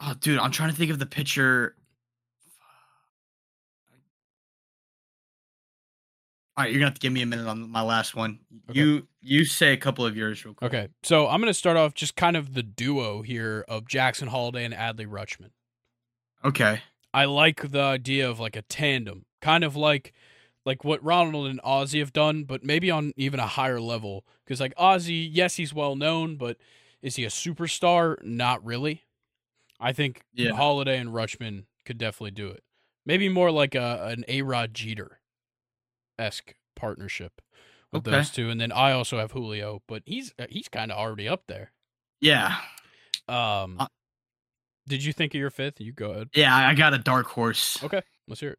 Speaker 2: oh, dude, I'm trying to think of the pitcher. All right, you're gonna have to give me a minute on my last one.
Speaker 1: Okay.
Speaker 2: You you say a couple of yours real quick.
Speaker 1: Okay. So I'm going to start off just kind of the duo here of Jackson Holiday and Adley Rutschman.
Speaker 2: Okay.
Speaker 1: I like the idea of like a tandem, kind of like like what Ronald and Ozzy have done, but maybe on even a higher level. Because like Ozzy, yes, he's well known, but is he a superstar? Not really. I think
Speaker 2: Yeah.
Speaker 1: Holiday and Rutschman could definitely do it. Maybe more like a an A Rod Jeter. esque partnership with
Speaker 2: Okay.
Speaker 1: those two, and then I also have Julio, but he's uh, he's kind of already up there.
Speaker 2: Yeah.
Speaker 1: Um,
Speaker 2: Uh,
Speaker 1: did you think of your fifth? You go ahead.
Speaker 2: Yeah, I I got a dark horse.
Speaker 1: Okay, let's hear it.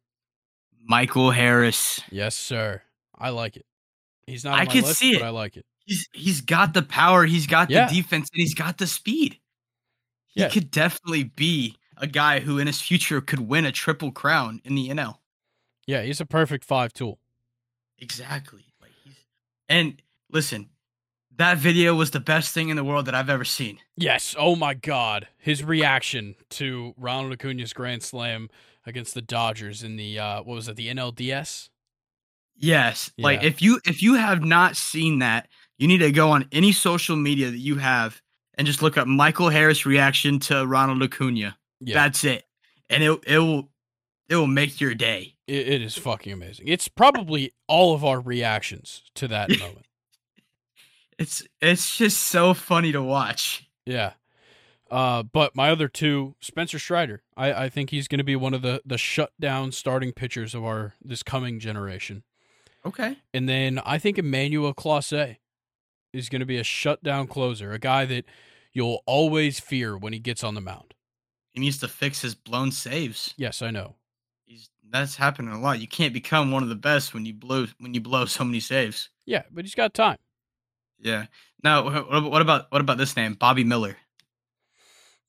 Speaker 2: Michael Harris.
Speaker 1: Yes, sir. I like it. He's not. On
Speaker 2: I
Speaker 1: my
Speaker 2: could
Speaker 1: list,
Speaker 2: see
Speaker 1: but
Speaker 2: it.
Speaker 1: I like it.
Speaker 2: He's he's got the power, he's got
Speaker 1: Yeah.
Speaker 2: the defense, and he's got the speed. He
Speaker 1: Yeah.
Speaker 2: could definitely be a guy who in his future could win a triple crown in the NL.
Speaker 1: Yeah, he's a perfect five tool.
Speaker 2: Exactly. Like he's and listen, that video was the best thing in the world that I've ever seen.
Speaker 1: Yes. Oh my God, his reaction to Ronald Acuna's grand slam against the Dodgers in the uh, what was it? The NLDS.
Speaker 2: Yes. Like
Speaker 1: Yeah.
Speaker 2: if you if you have not seen that, you need to go on any social media that you have and just look up Michael Harris reaction to Ronald Acuna.
Speaker 1: Yeah,
Speaker 2: That's it. And it it will it will make your day.
Speaker 1: it, it is fucking amazing. It's probably all of our reactions to
Speaker 2: *laughs*
Speaker 1: that moment.
Speaker 2: It's it's just so funny to watch.
Speaker 1: Yeah. Uh, but my other two, Spencer Strider, I, I think he's going to be one of the the shutdown starting pitchers of our this coming generation.
Speaker 2: Okay.
Speaker 1: And then I think Emmanuel Classe is going to be a shutdown closer, a guy that you'll always fear when he gets on the mound.
Speaker 2: He needs to fix his blown saves.
Speaker 1: Yes, I know.
Speaker 2: He's, that's happening a lot. You can't become one of the best when you blow when you blow so many saves.
Speaker 1: Yeah, but he's got time.
Speaker 2: Yeah. Now, wh- wh- what about what about this name, Bobby Miller,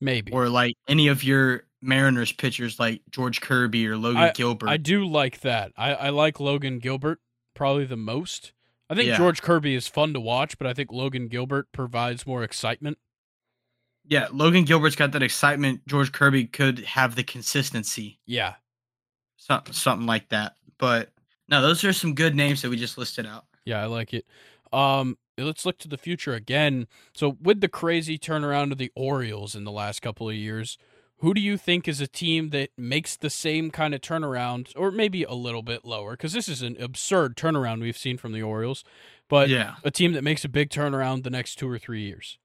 Speaker 1: Maybe.
Speaker 2: or like any of your Mariners pitchers, like George Kirby or Logan Gilbert?
Speaker 1: I do like that. I, I like Logan Gilbert probably the most. I think
Speaker 2: Yeah.
Speaker 1: George Kirby is fun to watch, but I think Logan Gilbert provides more excitement.
Speaker 2: yeah, Logan Gilbert's got that excitement. George Kirby could have the consistency,
Speaker 1: Yeah.
Speaker 2: so, something like that. But no, those are some good names that we just listed out.
Speaker 1: Yeah, I like it. Um, let's look to the future again. So, with the crazy turnaround of the Orioles in the last couple of years, who do you think is a team that makes the same kind of turnaround, or maybe a little bit lower? Because this is an absurd turnaround we've seen from the Orioles, but
Speaker 2: yeah,
Speaker 1: a team that makes a big turnaround the next two or three years.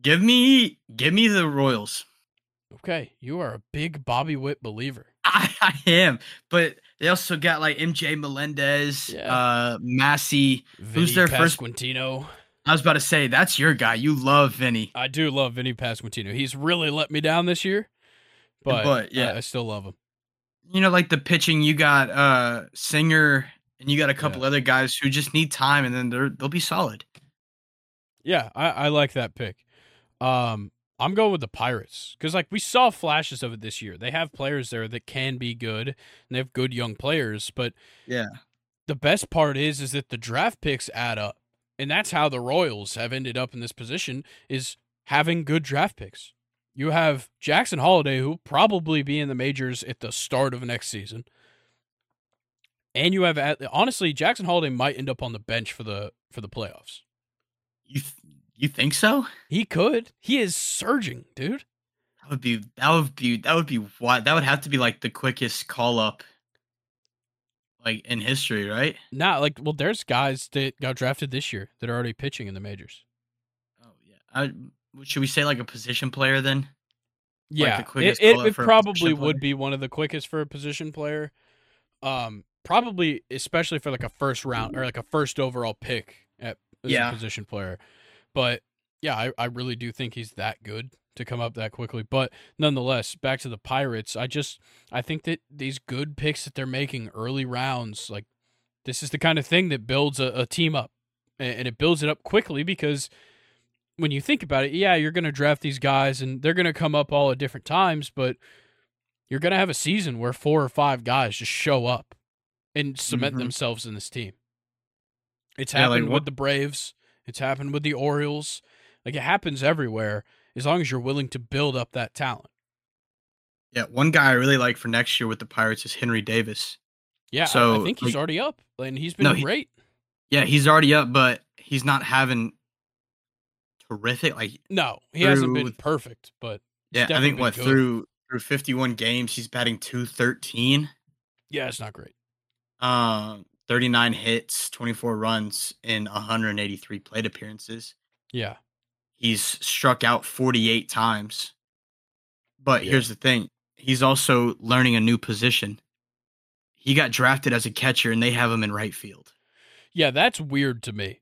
Speaker 2: give me give me the Royals. *laughs*
Speaker 1: Okay, you are a big Bobby Witt believer.
Speaker 2: I, I am, but they also got like MJ Melendez,
Speaker 1: Yeah.
Speaker 2: uh, Massey.
Speaker 1: Vinny
Speaker 2: Who's their first-
Speaker 1: Pasquantino?
Speaker 2: I was about to say that's your guy. You love Vinny.
Speaker 1: I do love Vinny Pasquantino. He's really let me down this year, but,
Speaker 2: But,
Speaker 1: yeah,
Speaker 2: yeah.
Speaker 1: I, I still love him.
Speaker 2: you know, like the pitching, you got uh Singer and you got a couple
Speaker 1: Yeah.
Speaker 2: other guys who just need time, and then they're they'll be solid.
Speaker 1: Yeah, I, I like that pick. Um, I'm going with the Pirates because like we saw flashes of it this year. They have players there that can be good, and they have good young players. But
Speaker 2: Yeah.
Speaker 1: the best part is is that the draft picks add up, and that's how the Royals have ended up in this position is having good draft picks. You have Jackson Holiday, who will probably be in the majors at the start of next season, and you have at- honestly Jackson Holiday might end up on the bench for the for the playoffs.
Speaker 2: You th- you think so?
Speaker 1: He could. He is surging, dude.
Speaker 2: That would be that would be that would be what that would have to be like the quickest call up, like in history, right?
Speaker 1: Not like well, there's guys that got drafted this year that are already pitching in the majors.
Speaker 2: Oh yeah. I, should we say like a position player then?
Speaker 1: Yeah,
Speaker 2: the quickest
Speaker 1: it, it,
Speaker 2: call-up
Speaker 1: it
Speaker 2: for a
Speaker 1: probably
Speaker 2: position
Speaker 1: would
Speaker 2: player?
Speaker 1: be one of the quickest for a position player. Um, probably especially for like a first round or like a first overall pick at as
Speaker 2: Yeah.
Speaker 1: a position player. But yeah, I, I really do think he's that good to come up that quickly. But nonetheless, back to the Pirates, I just I think that these good picks that they're making early rounds, like this is the kind of thing that builds a, a team up a- and it builds it up quickly because when you think about it, yeah, you're going to draft these guys and they're going to come up all at different times, but you're going to have a season where four or five guys just show up and cement
Speaker 2: Mhm.
Speaker 1: themselves in this team. It's
Speaker 2: Yeah, like,
Speaker 1: happened with
Speaker 2: what-
Speaker 1: the Braves, it's happened with the Orioles. Like it happens everywhere as long as you're willing to build up that talent.
Speaker 2: Yeah, one guy I really like for next year with the Pirates is Henry Davis.
Speaker 1: Yeah, I- I,
Speaker 2: So,
Speaker 1: think he's
Speaker 2: like-
Speaker 1: already up and he's been
Speaker 2: No, he-
Speaker 1: great.
Speaker 2: Yeah, he's already up, but he's not having terrific like
Speaker 1: No, he hasn't been
Speaker 2: Through-
Speaker 1: perfect, but
Speaker 2: Yeah, I
Speaker 1: definitely
Speaker 2: think
Speaker 1: been
Speaker 2: what
Speaker 1: good.
Speaker 2: through through 51 games, he's batting 213,
Speaker 1: yeah, it's not great.
Speaker 2: um, 39 hits, 24 runs in 183 plate appearances.
Speaker 1: Yeah.
Speaker 2: He's struck out 48 times. But
Speaker 1: Yeah.
Speaker 2: here's the thing: he's also learning a new position. he got drafted as a catcher and they have him in right field.
Speaker 1: Yeah, that's weird to me.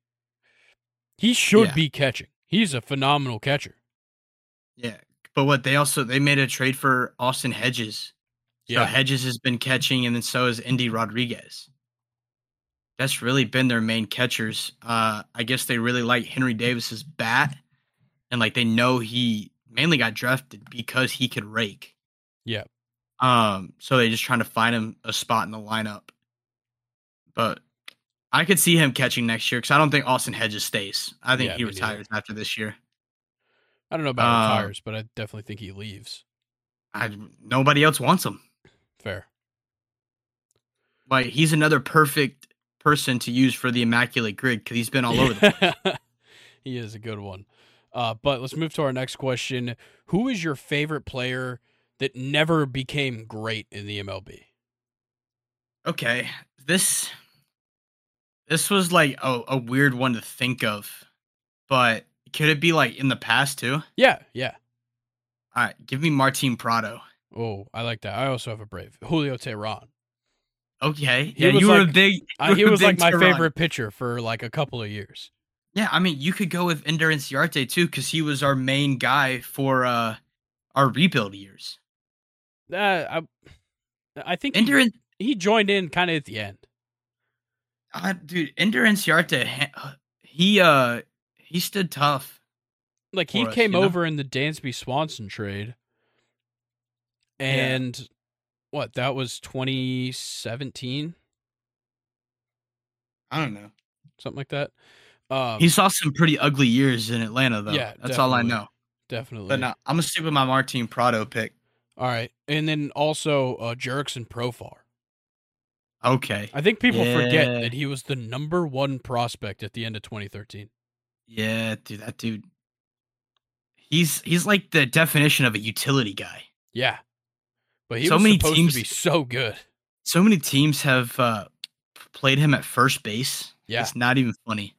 Speaker 1: He should
Speaker 2: Yeah.
Speaker 1: be catching. He's a phenomenal catcher.
Speaker 2: Yeah. But what they also they made a trade for Austin Hedges. So
Speaker 1: Yeah.
Speaker 2: Hedges has been catching and then so has Indy Rodriguez. That's really been their main catchers. Uh I guess they really like Henry Davis's bat and like they know he mainly got drafted because he could rake.
Speaker 1: Yeah.
Speaker 2: Um so they're just trying to find him a spot in the lineup. But I could see him catching next year cuz I don't think Austin Hedges stays. I think
Speaker 1: Yeah,
Speaker 2: he
Speaker 1: me neither.
Speaker 2: retires after this year.
Speaker 1: I don't know about
Speaker 2: Uh,
Speaker 1: retires, but I definitely think he leaves.
Speaker 2: I nobody else wants him.
Speaker 1: Fair.
Speaker 2: Like he's another perfect person to use for the immaculate grid because he's been all over. The,
Speaker 1: *laughs* he is a good one. Uh, but let's move to our next question. Who is your favorite player that never became great in the MLB?
Speaker 2: *laughs* okay, this this was like a, a weird one to think of, but could it be like in the past too?
Speaker 1: Yeah, yeah.
Speaker 2: All right, give me Martin Prado.
Speaker 1: Oh, I like that. I also have a brave Julio Tehran.
Speaker 2: Okay,
Speaker 1: He
Speaker 2: yeah,
Speaker 1: was
Speaker 2: you were a
Speaker 1: like-
Speaker 2: big. you
Speaker 1: Uh, he
Speaker 2: *laughs* were a
Speaker 1: was like
Speaker 2: big
Speaker 1: my
Speaker 2: Tehran.
Speaker 1: favorite pitcher for like a couple of years.
Speaker 2: Yeah, I mean, you could go with Ender Inciarte too because he was our main guy for uh our rebuild years.
Speaker 1: Uh, I, I think
Speaker 2: Ender,
Speaker 1: he,
Speaker 2: In-
Speaker 1: he joined in kind of at the end.
Speaker 2: uh, dude, Ender Inciarte, ha- he uh he stood tough.
Speaker 1: Like he
Speaker 2: for us,
Speaker 1: came
Speaker 2: you know?
Speaker 1: over in the Dansby Swanson trade, and what that was 2017,
Speaker 2: I don't know.
Speaker 1: something like that. Um,
Speaker 2: He saw some pretty ugly years in Atlanta, though.
Speaker 1: Yeah,
Speaker 2: that's all I
Speaker 1: definitely.
Speaker 2: know.
Speaker 1: definitely.
Speaker 2: But no, I'm gonna stick with my Martin Prado pick.
Speaker 1: All right, and then also uh, Jerickson Profar.
Speaker 2: Okay.
Speaker 1: I think people
Speaker 2: Yeah.
Speaker 1: forget that he was the number one prospect at the end of 2013.
Speaker 2: Yeah, dude, that dude. He's he's like the definition of a utility guy.
Speaker 1: Yeah, but he
Speaker 2: So
Speaker 1: was
Speaker 2: many
Speaker 1: supposed
Speaker 2: teams-
Speaker 1: to be so good.
Speaker 2: So many teams have uh, played him at first base.
Speaker 1: Yeah.
Speaker 2: it's not even funny.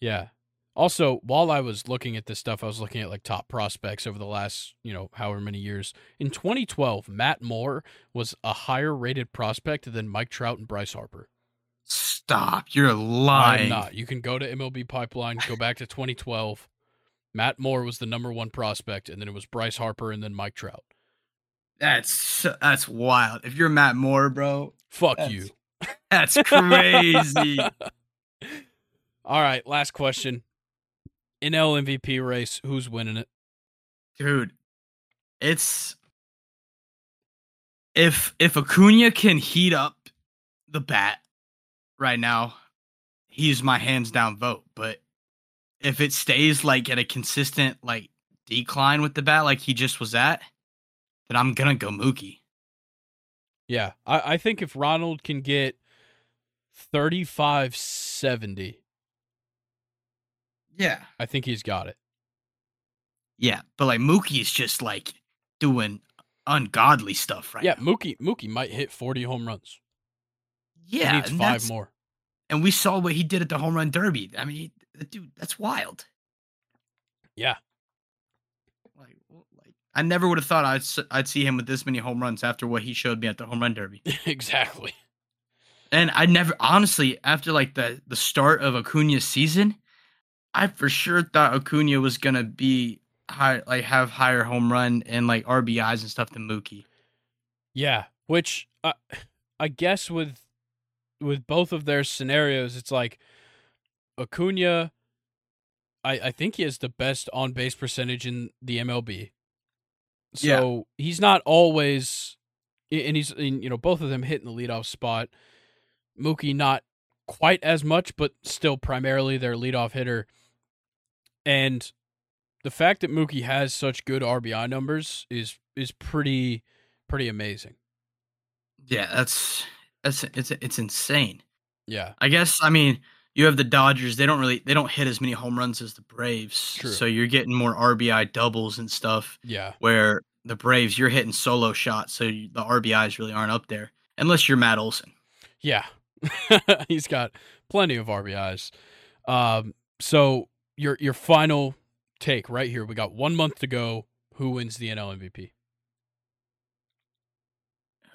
Speaker 1: Yeah. Also, while I was looking at this stuff, I was looking at like top prospects over the last, you know, however many years. In 2012, Matt Moore was a higher rated prospect than Mike Trout and Bryce Harper.
Speaker 2: Stop! You're
Speaker 1: I'm
Speaker 2: lying.
Speaker 1: not. You can go to MLB Pipeline, go back to 2012. Matt Moore was the number one prospect, and then it was Bryce Harper and then Mike Trout.
Speaker 2: That's so- that's wild. If you're Matt Moore, bro,
Speaker 1: Fuck
Speaker 2: That's
Speaker 1: you.
Speaker 2: *laughs*
Speaker 1: *laughs*
Speaker 2: that's crazy.
Speaker 1: All right, last question. NL MVP race, who's winning it?
Speaker 2: dude it's if if acuna can heat up the bat right now he's my hands down vote but if it stays like at a consistent like decline with the bat like he just was at then i'm gonna go mookie
Speaker 1: Yeah, I, I think if Ronald can get 35 70,
Speaker 2: yeah
Speaker 1: I think he's got it.
Speaker 2: yeah but like mookie's just like doing ungodly stuff right
Speaker 1: yeah,
Speaker 2: now.
Speaker 1: Mookie Mookie might hit 40 home runs.
Speaker 2: yeah
Speaker 1: he needs
Speaker 2: and
Speaker 1: five
Speaker 2: that's-
Speaker 1: more. *laughs*
Speaker 2: and we saw what he did at the home run derby i mean dude that's wild
Speaker 1: Yeah.
Speaker 2: Like, w- like I never would have thought I'd s- I'd see him with this many home runs after what he showed me at the home run derby.
Speaker 1: exactly.
Speaker 2: And I never, honestly, after like the the start of Acuna's season, I for sure thought Acuna was gonna be high, like have higher home run and like RBIs and stuff than Mookie.
Speaker 1: Yeah, which I *sighs* I guess with with both of their scenarios, it's like Acuna. I I think he has the best on base percentage in the MLB.
Speaker 2: Yeah.
Speaker 1: So he's not always, a- and he's and, you know both of them hitting the leadoff spot. Mookie not quite as much, but still primarily their leadoff hitter. And the fact that Mookie has such good RBI numbers is is pretty pretty amazing.
Speaker 2: Yeah, that's that's it's it's insane.
Speaker 1: Yeah,
Speaker 2: I guess I mean you have the Dodgers. They don't really they don't hit as many home runs as the Braves,
Speaker 1: True.
Speaker 2: so you're getting more RBI doubles and stuff.
Speaker 1: yeah,
Speaker 2: where the Braves you're hitting solo shots, so you, the RBIs really aren't up there unless you're Matt Olson.
Speaker 1: yeah. *laughs* He's got plenty of RBIs. Um, so your your final take right here. We got one month to go. Who wins the NL MVP?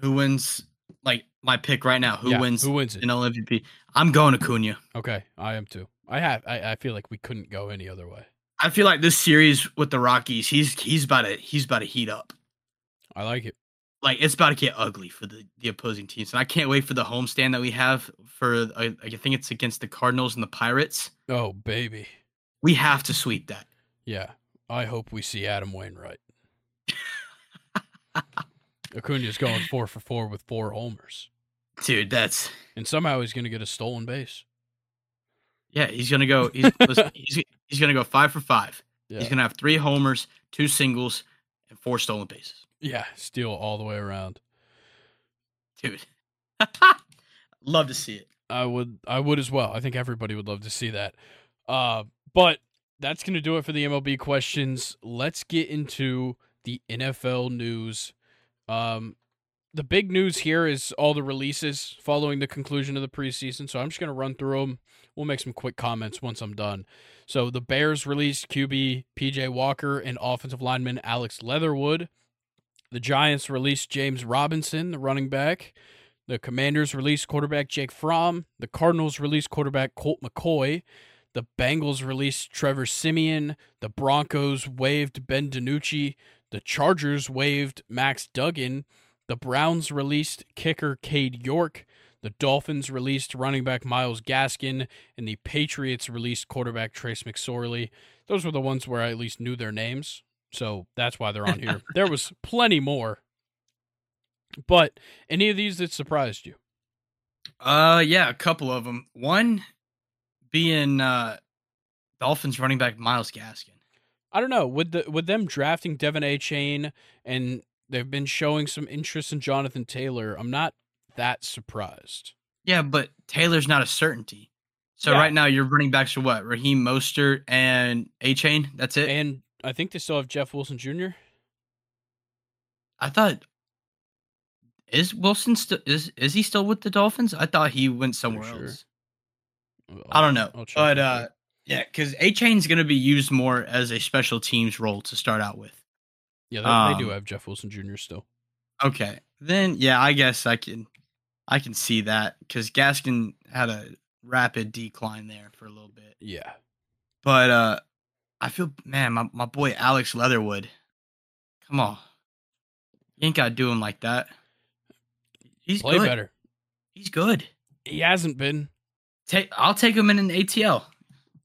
Speaker 2: Who wins like my pick right now. Who
Speaker 1: Yeah,
Speaker 2: wins
Speaker 1: Who wins it?
Speaker 2: an MVP? I'm going Acuna.
Speaker 1: Okay, I am too. I have. I, I feel like we couldn't go any other way.
Speaker 2: I feel like this series with the Rockies, he's he's about to he's about to heat up.
Speaker 1: I like it.
Speaker 2: Like it's about to get ugly for the, the opposing teams, and I can't wait for the homestand that we have for. I, I think it's against the Cardinals and the Pirates.
Speaker 1: Oh baby,
Speaker 2: We have to sweep that.
Speaker 1: yeah. I hope we see Adam
Speaker 2: *laughs*
Speaker 1: Wainwright. Acuna's going four for four with four homers,
Speaker 2: Dude, that's
Speaker 1: and somehow he's going to get a stolen base.
Speaker 2: yeah. He's gonna go. He's
Speaker 1: *laughs*
Speaker 2: listen, he's, he's gonna go five for five.
Speaker 1: Yeah,
Speaker 2: He's gonna have three homers, two singles, and four stolen bases.
Speaker 1: yeah. Steal all the way around.
Speaker 2: Dude, *laughs* love to see it.
Speaker 1: I would I would as well. I think everybody would love to see that. Uh, but that's going to do it for the MLB questions. Let's get into the NFL news. Um, the big news here is all the releases following the conclusion of the preseason. So I'm just going to run through them. We'll make some quick comments once I'm done. So the Bears released QB PJ Walker and offensive lineman Alex Leatherwood. The Giants released James Robinson, the running back. The Commanders released quarterback Jake Fromm. The Cardinals released quarterback Colt McCoy. The Bengals released Trevor Simeon. The Broncos waived Ben DiNucci. The Chargers waived Max Duggan. The Browns released kicker Cade York. The Dolphins released running back Miles Gaskin. And the Patriots released quarterback Trace McSorley. Those were the ones where I at least knew their names. So that's why they're on here. there was plenty more. But any of these that surprised you?
Speaker 2: Uh, yeah, a couple of them. One being uh, Dolphins running back Miles Gaskin.
Speaker 1: I don't know. With the with them drafting Devin A. Chain and they've been showing some interest in Jonathan Taylor, I'm not that surprised.
Speaker 2: Yeah, but Taylor's not a certainty. So
Speaker 1: Yeah.
Speaker 2: right now your running backs are what? Raheem Mostert and A Chain. That's it.
Speaker 1: And I think they still have Jeff Wilson Jr.
Speaker 2: I thought is Wilson still is is he still with the Dolphins? I thought he went somewhere
Speaker 1: sure.
Speaker 2: else. I don't know.
Speaker 1: I'll check
Speaker 2: but
Speaker 1: real
Speaker 2: uh
Speaker 1: quick.
Speaker 2: yeah, because A Chain's gonna be used more as a special teams role to start out with.
Speaker 1: yeah, they, they do
Speaker 2: um,
Speaker 1: have Jeff Wilson Jr. still.
Speaker 2: Okay. Then yeah, I guess I can I can see that because Gaskin had a rapid decline there for a little bit.
Speaker 1: Yeah,
Speaker 2: But uh I feel man, my, my boy Alex Leatherwood. Come on. You ain't gotta do him like that. He's
Speaker 1: play
Speaker 2: good.
Speaker 1: better.
Speaker 2: He's good.
Speaker 1: He hasn't been.
Speaker 2: Take I'll take him in an ATL.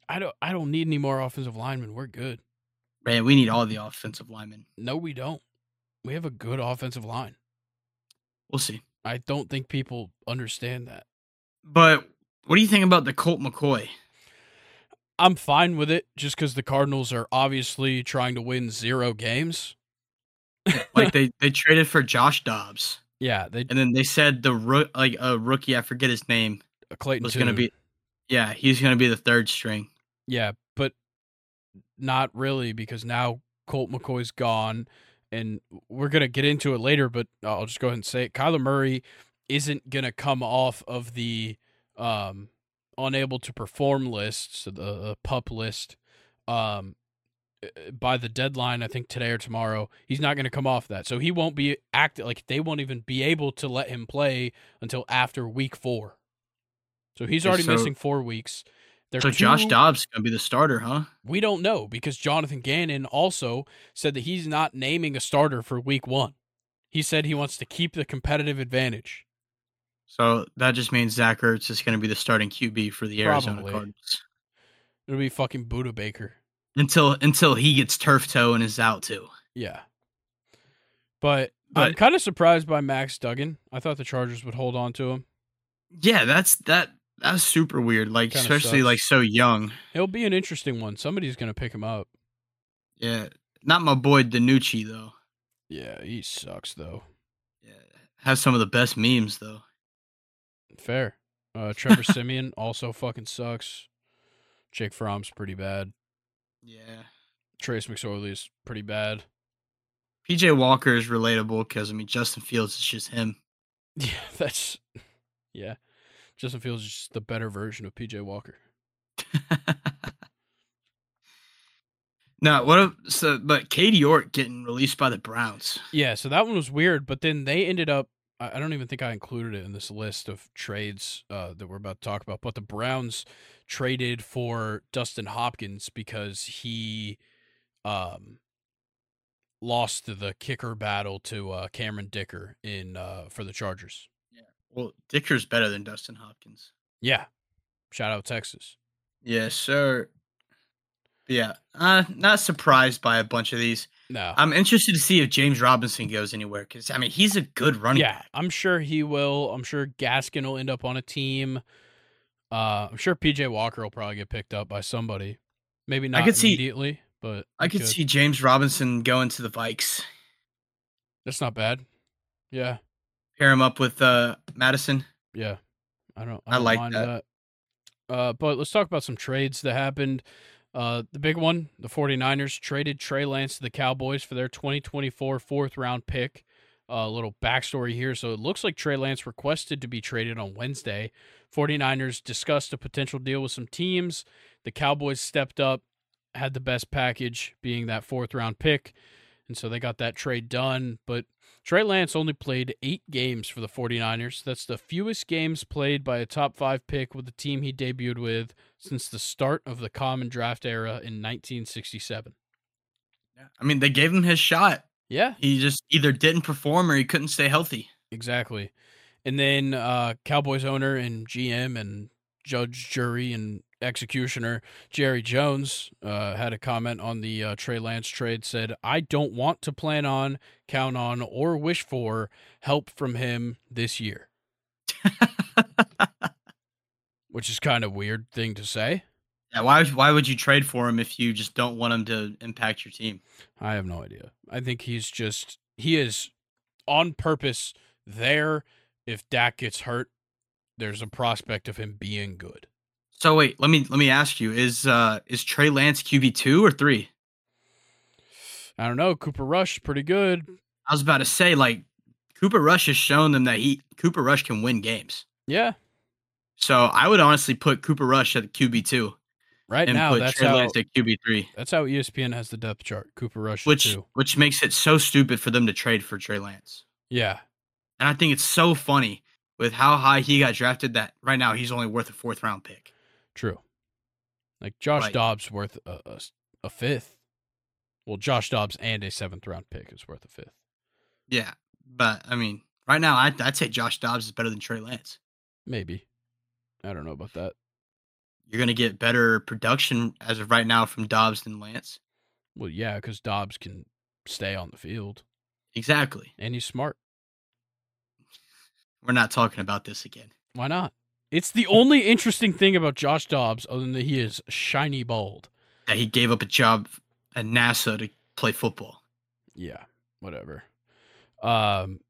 Speaker 1: I don't. I don't need any more offensive linemen. We're good.
Speaker 2: Man, we need all the offensive linemen.
Speaker 1: No, we don't. We have a good offensive line.
Speaker 2: We'll see.
Speaker 1: I don't think people understand that.
Speaker 2: But what do you think about the Colt
Speaker 1: *laughs*
Speaker 2: McCoy?
Speaker 1: I'm fine with it just because the Cardinals are obviously trying to win zero games.
Speaker 2: Like they, they traded for Josh Dobbs,
Speaker 1: Yeah, they
Speaker 2: and then they said the roo- like a rookie I forget his name
Speaker 1: Clayton
Speaker 2: was gonna
Speaker 1: Tune.
Speaker 2: be, yeah, he's gonna be the third string.
Speaker 1: yeah, but not really because now Colt McCoy's gone, and we're gonna get into it later. But I'll just go ahead and say it. Kyler Murray isn't gonna come off of the um, unable to perform list, so the uh, pup list. Um, uh, by the deadline, I think today or tomorrow, he's not gonna come off that, so he won't be active. Like they won't even be able to let him play until after week four. So he's
Speaker 2: Okay,
Speaker 1: already
Speaker 2: so-
Speaker 1: missing four weeks. They're
Speaker 2: So Josh
Speaker 1: two-
Speaker 2: Dobbs gonna be the starter, huh?
Speaker 1: we don't know because Jonathan Gannon also said that he's not naming a starter for week one. He said he wants to keep the competitive advantage.
Speaker 2: So that just means Zach Ertz is gonna be the starting QB for the Arizona
Speaker 1: Probably.
Speaker 2: Cardinals
Speaker 1: It'll be fucking Buda Baker.
Speaker 2: until until he gets turf toe and is out too.
Speaker 1: Yeah. But, I'm
Speaker 2: But-
Speaker 1: kind of surprised by Max Duggan. I thought the Chargers would hold on to him.
Speaker 2: Yeah, that's that that's super weird. Like
Speaker 1: Kinda
Speaker 2: especially
Speaker 1: sucks.
Speaker 2: like so young.
Speaker 1: He'll be an interesting one. Somebody's going to pick him up.
Speaker 2: Yeah, not my boy Danucci though.
Speaker 1: Yeah, he sucks, though.
Speaker 2: Yeah, has some of the best memes though.
Speaker 1: Fair. Uh, Trevor Simeon also fucking sucks. Jake Fromm's pretty bad.
Speaker 2: Yeah,
Speaker 1: Trace McSorley is pretty bad.
Speaker 2: PJ Walker is relatable because I mean Justin Fields is just him. *laughs*
Speaker 1: *laughs* Yeah, that's yeah. Justin Fields is just the better version of PJ Walker.
Speaker 2: no, what if so? But Katie York getting released by the Browns.
Speaker 1: Yeah, so that one was weird, but then they ended up I I don't even think I included it in this list of trades uh, that we're about to talk about. But the Browns traded for Dustin Hopkins because he um, lost the kicker battle to uh, Cameron Dicker in uh, for the Chargers.
Speaker 2: Well, Dicker's better than Dustin Hopkins.
Speaker 1: Yeah, shout out Texas.
Speaker 2: Yes, sir. Yeah, uh, not surprised by a bunch of these.
Speaker 1: No,
Speaker 2: I'm interested to see if James Robinson goes anywhere because I mean he's a good running
Speaker 1: yeah,
Speaker 2: back.
Speaker 1: I'm sure he will. I'm sure Gaskin will end up on a team. Uh, I'm sure PJ Walker will probably get picked up by somebody. Maybe not
Speaker 2: could see-
Speaker 1: immediately, but
Speaker 2: I
Speaker 1: he
Speaker 2: could see James Robinson going to the Vikes.
Speaker 1: That's not bad. Yeah,
Speaker 2: Pair him up with uh, Madison.
Speaker 1: yeah. I don't. I,
Speaker 2: I
Speaker 1: don't
Speaker 2: like
Speaker 1: mind that. Uh, but let's talk about some trades that happened. Uh, the big one, the 49ers traded Trey Lance to the Cowboys for their 2024 fourth round pick. Uh, A little backstory here. So it looks like Trey Lance requested to be traded on Wednesday. 49ers discussed a potential deal with some teams. The Cowboys stepped up, had the best package, being that fourth round pick. And so they got that trade done. But Trey Lance only played eight games for the 49ers. That's the fewest games played by a top five pick with the team he debuted with since the start of the common draft era in 1967.
Speaker 2: I mean, they gave him his shot.
Speaker 1: Yeah,
Speaker 2: He just either didn't perform or he couldn't stay healthy. *laughs*
Speaker 1: exactly. And then uh, Cowboys owner and GM and judge, jury, and executioner Jerry Jones uh, had a comment on the uh, Trey Lance trade. Said, "I don't want to plan on, count on, or wish for help from him this year," which is kind of weird thing to say.
Speaker 2: Yeah, why? Why would you trade for him if you just don't want him to impact your team?
Speaker 1: I have no idea. I think he's just he is on purpose there. If Dak gets hurt, there's a prospect of him being good.
Speaker 2: So wait, let me let me ask you: Is uh is Trey Lance QB two or three?
Speaker 1: I don't know. Cooper Rush is pretty good.
Speaker 2: I was about to say like Cooper Rush has shown them that he Cooper Rush can win games.
Speaker 1: Yeah,
Speaker 2: So I would honestly put Cooper Rush at QB two
Speaker 1: right
Speaker 2: and
Speaker 1: now
Speaker 2: put
Speaker 1: that's
Speaker 2: Trey
Speaker 1: how
Speaker 2: Lance at QB three,
Speaker 1: that's how E ESPN has the depth chart. Cooper Rush is
Speaker 2: which
Speaker 1: two.
Speaker 2: which makes it so stupid for them to trade for Trey Lance.
Speaker 1: Yeah,
Speaker 2: And I think it's so funny with how high he got drafted that right now he's only worth a fourth round pick.
Speaker 1: true. Like Josh
Speaker 2: Right.
Speaker 1: Dobbs worth a, a s- a fifth. Well, Josh Dobbs and a seventh round pick is worth a fifth.
Speaker 2: Yeah, but I mean, right now I, I'd say Josh Dobbs is better than Trey Lance.
Speaker 1: Maybe. I don't know about that.
Speaker 2: You're gonna get better production as of right now from Dobbs than Lance.
Speaker 1: Well, yeah, because Dobbs can stay on the field
Speaker 2: Exactly.
Speaker 1: and he's smart.
Speaker 2: We're not talking about this again.
Speaker 1: Why not? It's the only interesting thing about Josh Dobbs, other than that he is shiny bald.
Speaker 2: That he gave up a job at NASA to play football.
Speaker 1: Yeah, whatever. Um.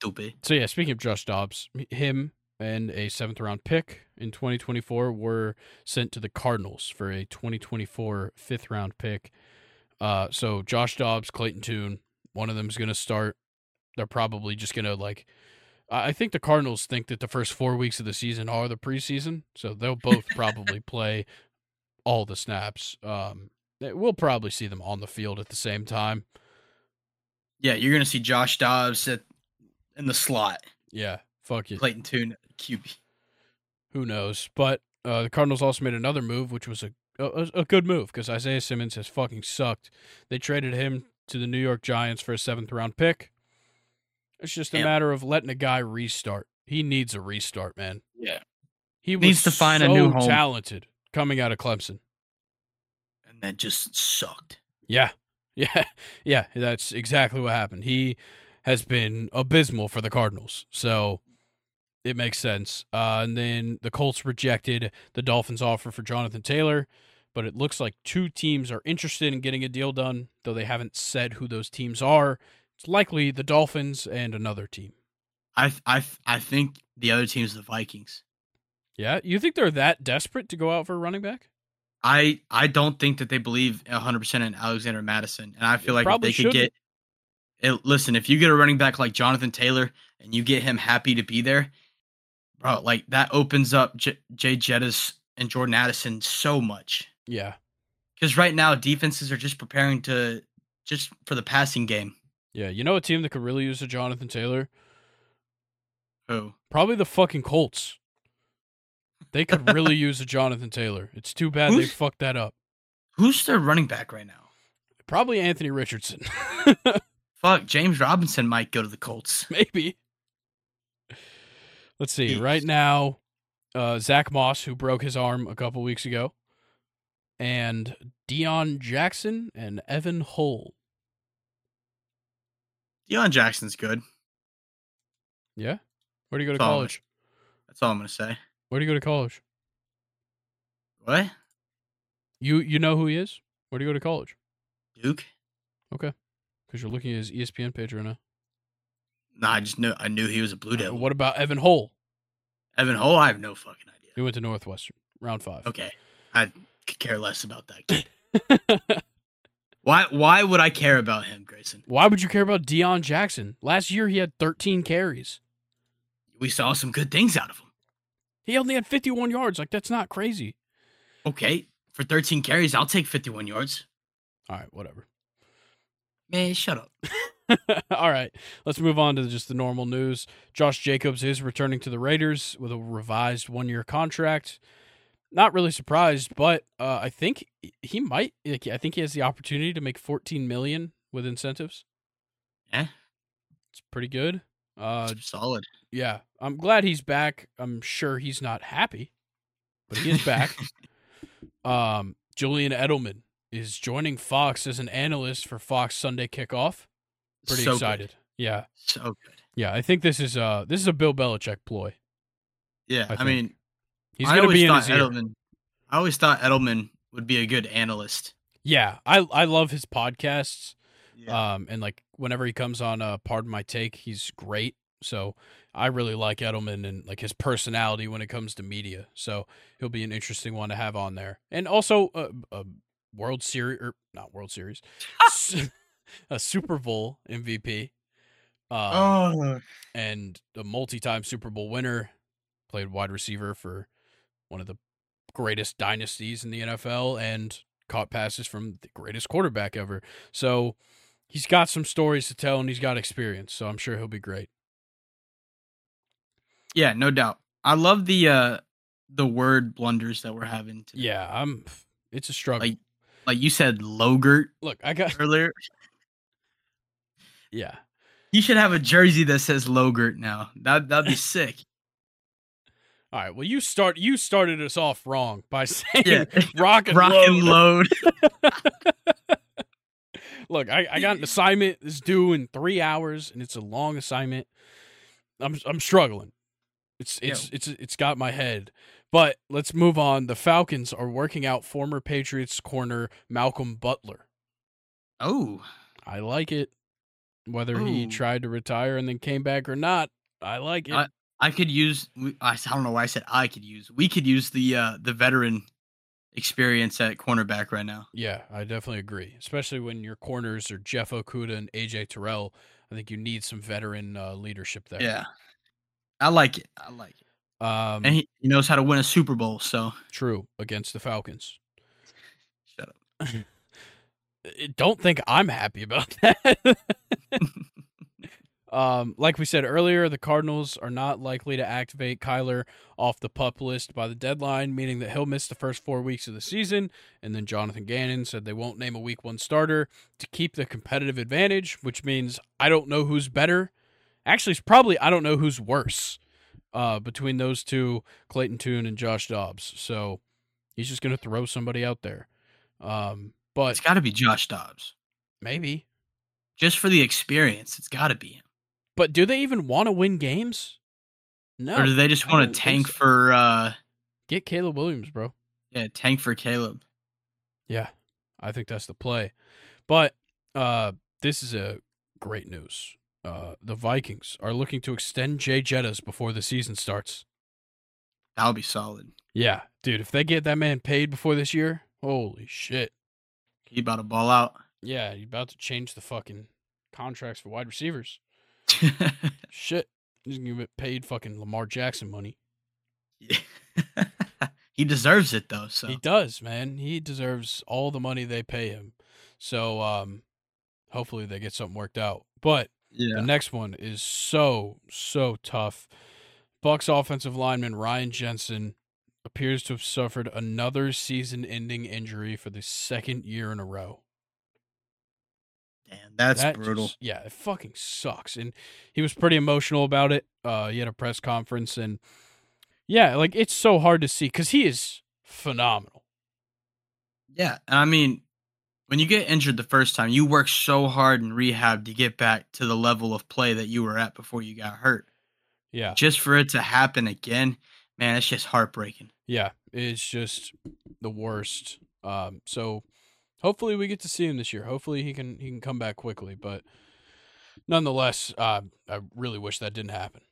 Speaker 2: Stupid.
Speaker 1: So yeah, speaking of Josh Dobbs, m- him and a seventh round pick in 2024 were sent to the Cardinals for a 2024 fifth round pick. Uh. So Josh Dobbs, Clayton Toon, one of them's gonna start. They're probably just gonna like. I I think the Cardinals think that the first four weeks of the season are the preseason, so they'll both probably play all the snaps. Um, that- we'll probably see them on the field at the same time.
Speaker 2: Yeah, you're gonna see Josh Dobbs at, in the slot,
Speaker 1: Yeah, fuck it.
Speaker 2: Clayton Tune QB.
Speaker 1: Who knows? But uh, the Cardinals also made another move, which was a a, a good move because Isaiah Simmons has fucking sucked. They traded him to the New York Giants for a seventh round pick. It's just a
Speaker 2: Damn.
Speaker 1: matter of letting a guy restart. He needs a restart, man.
Speaker 2: Yeah,
Speaker 1: He was
Speaker 2: Needs to find a
Speaker 1: so
Speaker 2: new home.
Speaker 1: talented coming out of Clemson.
Speaker 2: and that just sucked.
Speaker 1: Yeah. *laughs* Yeah. Yeah. That's exactly what happened. He has been abysmal for the Cardinals. So it makes sense. Uh, and then the Colts rejected the Dolphins' offer for Jonathan Taylor. But it looks like two teams are interested in getting a deal done, though they haven't said who those teams are. It's likely the Dolphins and another team.
Speaker 2: I th- I th- I think the other team's the Vikings.
Speaker 1: Yeah. You think they're that desperate to go out for a running back?
Speaker 2: I I don't think that they believe 100 percent in Alexander Madison, and I feel like if
Speaker 1: probably
Speaker 2: they could
Speaker 1: shouldn't.
Speaker 2: get. It, listen, if you get a running back like Jonathan Taylor and you get him happy to be there, bro, like that opens up J- Jay Jettis and Jordan Addison so much.
Speaker 1: Yeah.
Speaker 2: Because right now defenses are just preparing to just for the passing game.
Speaker 1: Yeah. You know a team that could really use a Jonathan Taylor?
Speaker 2: Who?
Speaker 1: Probably the fucking Colts. They could
Speaker 2: *laughs*
Speaker 1: really use a Jonathan Taylor. It's too bad they
Speaker 2: Who's-
Speaker 1: fucked that up.
Speaker 2: Who's their running back right now?
Speaker 1: Probably Anthony Richardson. *laughs*
Speaker 2: Fuck, James Robinson might go to the Colts.
Speaker 1: Maybe. Let's see.
Speaker 2: Jeez.
Speaker 1: Right now, uh, Zach Moss, who broke his arm a couple weeks ago, and Dion Jackson and Evan Hull.
Speaker 2: Deion Jackson's good.
Speaker 1: Yeah. Where do you go to
Speaker 2: Solid.
Speaker 1: college?
Speaker 2: That's all I'm gonna say.
Speaker 1: Where do you go to college?
Speaker 2: What?
Speaker 1: You you know who he is? Where do you go to college?
Speaker 2: Duke?
Speaker 1: Because you're looking at his E ESPN page right now.
Speaker 2: Nah, I just knew I knew he was a Blue
Speaker 1: Uh,
Speaker 2: Devil.
Speaker 1: What about Evan Hull?
Speaker 2: Evan Hole, I have no fucking idea.
Speaker 1: He went to Northwestern, round five.
Speaker 2: Okay. I could care less about that kid.
Speaker 1: *laughs*
Speaker 2: why why would I care about him, Grayson?
Speaker 1: Why would you care about Dion Jackson? Last year he had 13 carries.
Speaker 2: We saw some good things out of him.
Speaker 1: He only had 51 yards. Like that's not crazy.
Speaker 2: Okay. For 13 carries, I'll take 51 yards.
Speaker 1: All right, whatever. *laughs*
Speaker 2: Man, shut up.
Speaker 1: All right, let's move on to just the normal news. Josh Jacobs is returning to the Raiders with a revised one year contract. Not really surprised, but uh, I think he might. like, I think he has the opportunity to make 14 million with incentives.
Speaker 2: Yeah.
Speaker 1: it's pretty good. Uh,
Speaker 2: It's solid.
Speaker 1: yeah, I'm glad he's back. I'm sure he's not happy, but he is
Speaker 2: *laughs*
Speaker 1: back. um, Julian Edelman is joining Fox as an analyst for Fox Sunday Kickoff. Pretty
Speaker 2: So good.
Speaker 1: excited. Yeah.
Speaker 2: So good.
Speaker 1: Yeah, I think this is uh this is a Bill Belichick ploy.
Speaker 2: Yeah,
Speaker 1: I
Speaker 2: I,
Speaker 1: think.
Speaker 2: mean,
Speaker 1: He's
Speaker 2: I
Speaker 1: gonna
Speaker 2: always
Speaker 1: be in
Speaker 2: thought
Speaker 1: his ear.
Speaker 2: Edelman. I always thought Edelman would be a good analyst.
Speaker 1: Yeah, I I love his podcasts.
Speaker 2: Yeah.
Speaker 1: Um, and like whenever he comes on, uh, pardon my take, he's great. So I really like Edelman and like his personality when it comes to media. So he'll be an interesting one to have on there. And also a, a World Series or not World Series, s- *laughs* a Super Bowl MVP. Um,
Speaker 2: oh,
Speaker 1: and a multi-time Super Bowl winner, played wide receiver for one of the greatest dynasties in the NFL and caught passes from the greatest quarterback ever. So he's got some stories to tell and he's got experience, so I'm sure he'll be great.
Speaker 2: yeah, no doubt. I love the uh the word blunders that we're having today.
Speaker 1: Yeah, I'm it's a struggle.
Speaker 2: Like- Like you said Logurt
Speaker 1: Look, I got
Speaker 2: earlier.
Speaker 1: yeah.
Speaker 2: You should have a jersey that says Logurt now.
Speaker 1: *laughs*
Speaker 2: That that'd be sick.
Speaker 1: All right, well you start you started us off wrong by *laughs* saying
Speaker 2: Yeah.
Speaker 1: rock and
Speaker 2: *laughs* Rock
Speaker 1: roll.
Speaker 2: and load.
Speaker 1: Look, I, I got an assignment that's due in three hours, and it's a long assignment. I'm I'm struggling. It's
Speaker 2: Yeah.
Speaker 1: it's it's it's got my head. But let's move on. The Falcons are working out former Patriots corner Malcolm Butler.
Speaker 2: Oh.
Speaker 1: I like it. Whether he
Speaker 2: Ooh.
Speaker 1: tried to retire and then came back or not, I like it.
Speaker 2: I- I could use we- I s- I don't know why I said I could use. We could use the uh the veteran experience at cornerback right now.
Speaker 1: yeah, I definitely agree. Especially when your corners are Jeff Okuda and AJ Terrell. I think you need some veteran uh, leadership there.
Speaker 2: Yeah. I like it. I like it.
Speaker 1: Um,
Speaker 2: And he, he knows how to win a Super Bowl, so
Speaker 1: true against the Falcons.
Speaker 2: shut up.
Speaker 1: I- don't think I'm happy about *laughs* that. um, like we said earlier, the Cardinals are not likely to activate Kyler off the pup list by the deadline, meaning that he'll miss the first four weeks of the season. And then Jonathan Gannon said they won't name a week one starter to keep the competitive advantage, which means I don't know who's better. Actually, it's probably I don't know who's worse uh, between those two, Clayton Toon and Josh Dobbs. So he's just going to throw somebody out there. Um, but
Speaker 2: It's got to be Josh Dobbs.
Speaker 1: Maybe.
Speaker 2: Just for the experience, it's got to be him.
Speaker 1: But do they even want to win games? No.
Speaker 2: or do they just
Speaker 1: I
Speaker 2: want
Speaker 1: don't
Speaker 2: to
Speaker 1: think
Speaker 2: tank
Speaker 1: so.
Speaker 2: for uh
Speaker 1: Get Caleb Williams, bro.
Speaker 2: yeah, tank for Caleb?
Speaker 1: Yeah. I think that's the play. But uh this is a great news. Uh the Vikings are looking to extend Jay Jettas before the season starts.
Speaker 2: That would be solid.
Speaker 1: Yeah, dude, if they get that man paid before this year, holy shit.
Speaker 2: He about to ball out. *laughs*
Speaker 1: Yeah, you're about to change the fucking contracts for wide
Speaker 2: *laughs*
Speaker 1: receivers. Shit. He's gonna get paid fucking Lamar Jackson money.
Speaker 2: Yeah. *laughs* he deserves it though. So
Speaker 1: He does, man. He deserves all the money they pay him. So um hopefully they get something worked out. But
Speaker 2: yeah,
Speaker 1: the next one is so so tough. Bucks offensive lineman Ryan Jensen appears to have suffered another season-ending injury for the second year in a row.
Speaker 2: Damn, that's
Speaker 1: That
Speaker 2: brutal.
Speaker 1: just- yeah, it fucking sucks. And he was pretty emotional about it. Uh, he had a press conference, and yeah, like it's so hard to see because he is phenomenal.
Speaker 2: Yeah, and I mean, when you get injured the first time, you work so hard in rehab to get back to the level of play that you were at before you got hurt.
Speaker 1: Yeah,
Speaker 2: Just for it to happen again, man, it's just heartbreaking.
Speaker 1: yeah, it's just the worst. Um, so hopefully we get to see him this year. Hopefully he can he can come back quickly, but nonetheless, uh, I really wish that didn't happen.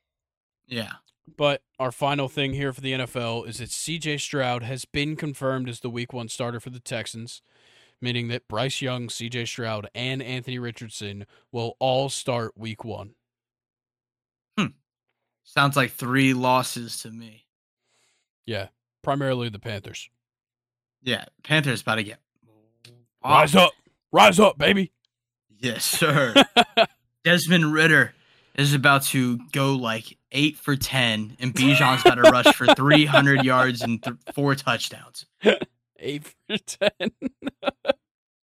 Speaker 2: Yeah.
Speaker 1: But our final thing here for the NFL is that CJ Stroud has been confirmed as the week one starter for the Texans, meaning that Bryce Young, CJ Stroud, and Anthony Richardson will all start week one.
Speaker 2: Sounds like three losses to me.
Speaker 1: Primarily the Panthers.
Speaker 2: Yeah, Panthers about to get
Speaker 1: Rise up. Rise up, baby.
Speaker 2: Yes, sir. Desmond Ritter is about to go like eight for ten, and Bijan's about to rush for three hundred yards and th- four touchdowns.
Speaker 1: Eight for *laughs* ten.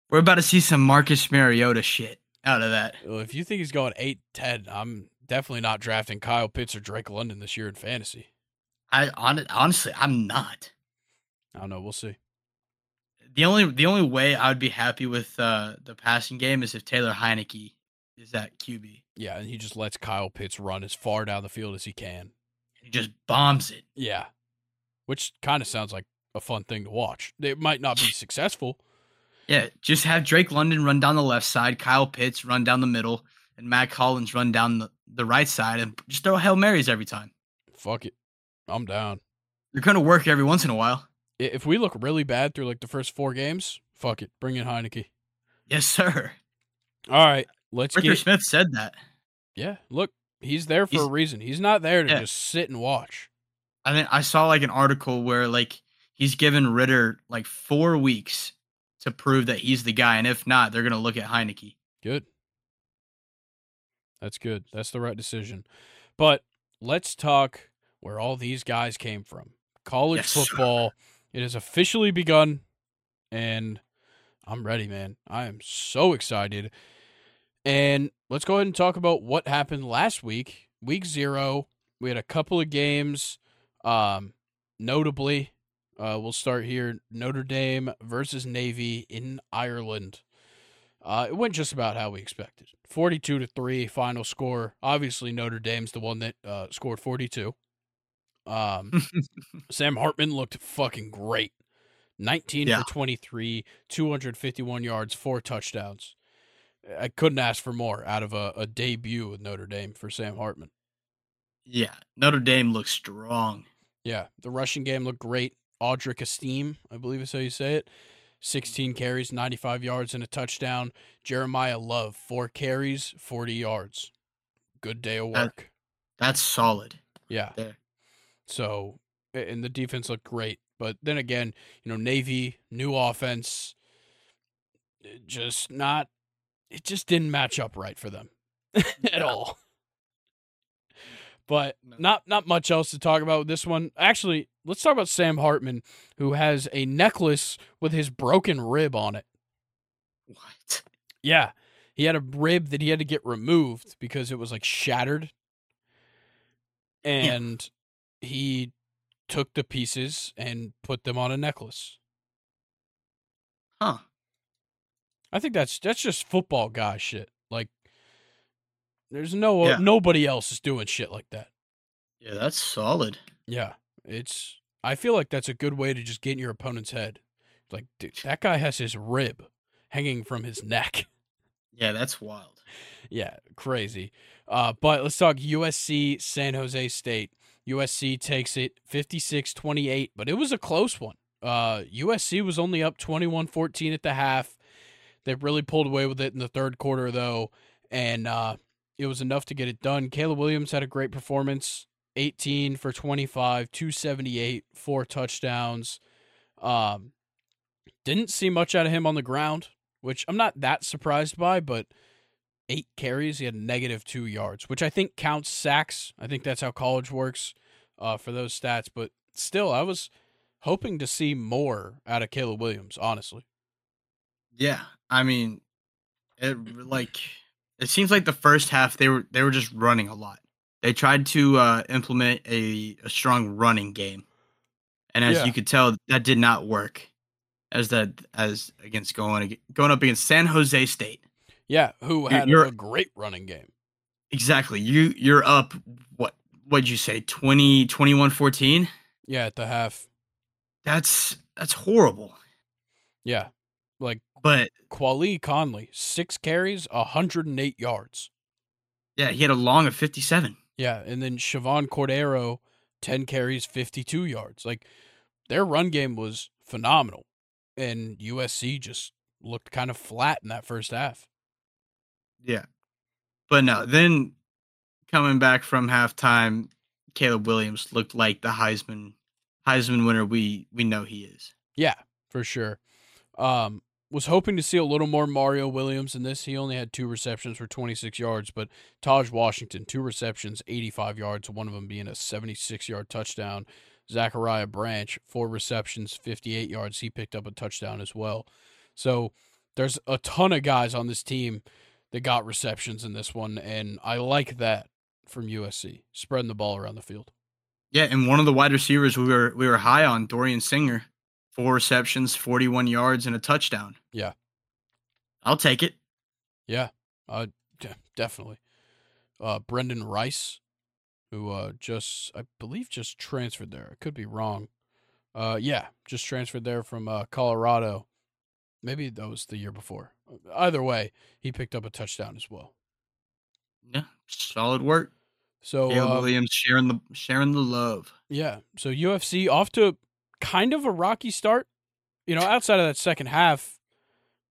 Speaker 2: We're about to see some Marcus Mariota shit out of that.
Speaker 1: Well, if you think he's going eight ten, I'm definitely not drafting Kyle Pitts or Drake London this year in fantasy.
Speaker 2: I hon- honestly, I'm not.
Speaker 1: I don't know. We'll see.
Speaker 2: The only the only way I would be happy with uh, the passing game is if Taylor Heineke is that QB.
Speaker 1: Yeah, and he just lets Kyle Pitts run as far down the field as he can.
Speaker 2: He just bombs it.
Speaker 1: Yeah. Which kind of sounds like a fun thing to watch. It might not be successful.
Speaker 2: Yeah, just have Drake London run down the left side, Kyle Pitts run down the middle, and Matt Collins run down the, the right side, and just throw hail marys every time.
Speaker 1: Fuck it. I'm down.
Speaker 2: They're gonna work every once in a while.
Speaker 1: I- If we look really bad through like the first four games, fuck it. Bring in Heineke.
Speaker 2: Yes, sir.
Speaker 1: All right. Let's
Speaker 2: Arthur
Speaker 1: get.
Speaker 2: Smith said that.
Speaker 1: Yeah. Look, he's there for a
Speaker 2: He's-
Speaker 1: reason. He's not there to
Speaker 2: Yeah.
Speaker 1: just sit and watch.
Speaker 2: I think I saw like an article where like he's given Ritter like four weeks to prove that he's the guy, and if not, they're gonna look at Heineke. *laughs*
Speaker 1: Good. That's good. That's the right decision. But let's talk where all these guys came from. College
Speaker 2: Yes, sir.
Speaker 1: football. It has officially begun, and I'm ready, man. I am so excited. And let's go ahead and talk about what happened last week, week zero. We had a couple of games. Um, notably, uh, we'll start here Notre Dame versus Navy in Ireland. Uh, it went just about how we expected 42 to 3 final score. Obviously, Notre Dame's the one that uh, scored 42. Um,
Speaker 2: Hmm.
Speaker 1: Sam Hartman looked fucking great. 19
Speaker 2: Yeah.
Speaker 1: for 23, 251 yards, four touchdowns. I couldn't ask for more out of a, a debut with Notre Dame for Sam Hartman.
Speaker 2: yeah, Notre Dame looks strong.
Speaker 1: Yeah, the rushing game looked great. Audric Esteem, I believe is how you say it. 16 carries, 95 yards, and a touchdown. Jeremiah Love, four carries, 40 yards. Good day of
Speaker 2: That-
Speaker 1: work.
Speaker 2: That's solid.
Speaker 1: Yeah.
Speaker 2: there.
Speaker 1: So, a- and the defense looked great. But then again, you know, Navy, new offense, it just not, it just didn't match up right for them *laughs* *laughs* at all. But
Speaker 2: No.
Speaker 1: not not much else to talk about with this one. Actually, let's talk about Sam Hartman, who has a necklace with his broken rib on it.
Speaker 2: What?
Speaker 1: Yeah. He had a rib that he had to get removed because it was like shattered. And he took the pieces and put them on a necklace.
Speaker 2: Huh?
Speaker 1: I think that's that's just football guy shit. Like there's no
Speaker 2: Yeah.
Speaker 1: nobody else is doing shit like that.
Speaker 2: Yeah, that's solid.
Speaker 1: Yeah. It's I feel like that's a good way to just get in your opponent's head. Like dude, that guy has his rib hanging from his neck.
Speaker 2: Yeah, that's wild.
Speaker 1: Yeah, crazy. Uh, but let's talk USC San Jose State. USC takes it 56 28, but it was a close one. Uh, USC was only up 21 14 at the half. They really pulled away with it in the third quarter, though, and uh, it was enough to get it done. Caleb Williams had a great performance 18 for 25, 278, four touchdowns. Um, didn't see much out of him on the ground, which I'm not that surprised by, but eight carries. He had negative two yards, which I think counts sacks. I think that's how college works uh, for those stats. But still, I was hoping to see more out of Caleb Williams, honestly.
Speaker 2: Yeah, I mean, it like it seems like the first half they were they were just running a lot. They tried to uh, implement a, a strong running game, and as
Speaker 1: Yeah.
Speaker 2: you could tell, that did not work. As that as against going ag- going up against San Jose State.
Speaker 1: Yeah, who had
Speaker 2: you're-
Speaker 1: a great running game.
Speaker 2: Exactly. You you're up what what'd you say 20 21 14?
Speaker 1: Yeah, at the half.
Speaker 2: That's that's horrible.
Speaker 1: Yeah. Like
Speaker 2: But
Speaker 1: Quali Conley, six carries, 108 yards.
Speaker 2: yeah, he had a long of 57.
Speaker 1: Yeah, and then Siobhan Cordero, 10 carries, 52 yards. Like their run game was phenomenal. And USC just looked kind of flat in that first half.
Speaker 2: Yeah. But no, then coming back from halftime, Caleb Williams looked like the Heisman Heisman winner we we know he is.
Speaker 1: Yeah, for sure. Um, was hoping to see a little more Mario Williams in this. He only had two receptions for 26 yards, but Taj Washington, two receptions, 85 yards, one of them being a 76 yard touchdown. Zachariah Branch, four receptions, 58 yards. He picked up a touchdown as well. So there's a ton of guys on this team that got receptions in this one, and I like that from USC, spreading the ball around the field.
Speaker 2: Yeah, and one of the wide receivers we were we were high on, Dorian Singer, four receptions, 41 yards and a touchdown.
Speaker 1: Yeah.
Speaker 2: I'll take it.
Speaker 1: Yeah, uh, de- definitely. Uh, Brendan Rice, who uh, just I believe just transferred there. I could be wrong. Uh, yeah, just transferred there from uh, Colorado. Maybe that was the year before. Either way, he picked up a touchdown as well.
Speaker 2: Yeah. Solid work.
Speaker 1: So
Speaker 2: Caleb
Speaker 1: um,
Speaker 2: Williams sharing the sharing the love.
Speaker 1: Yeah. So UFC off to kind of a rocky start. You know, outside of that second half,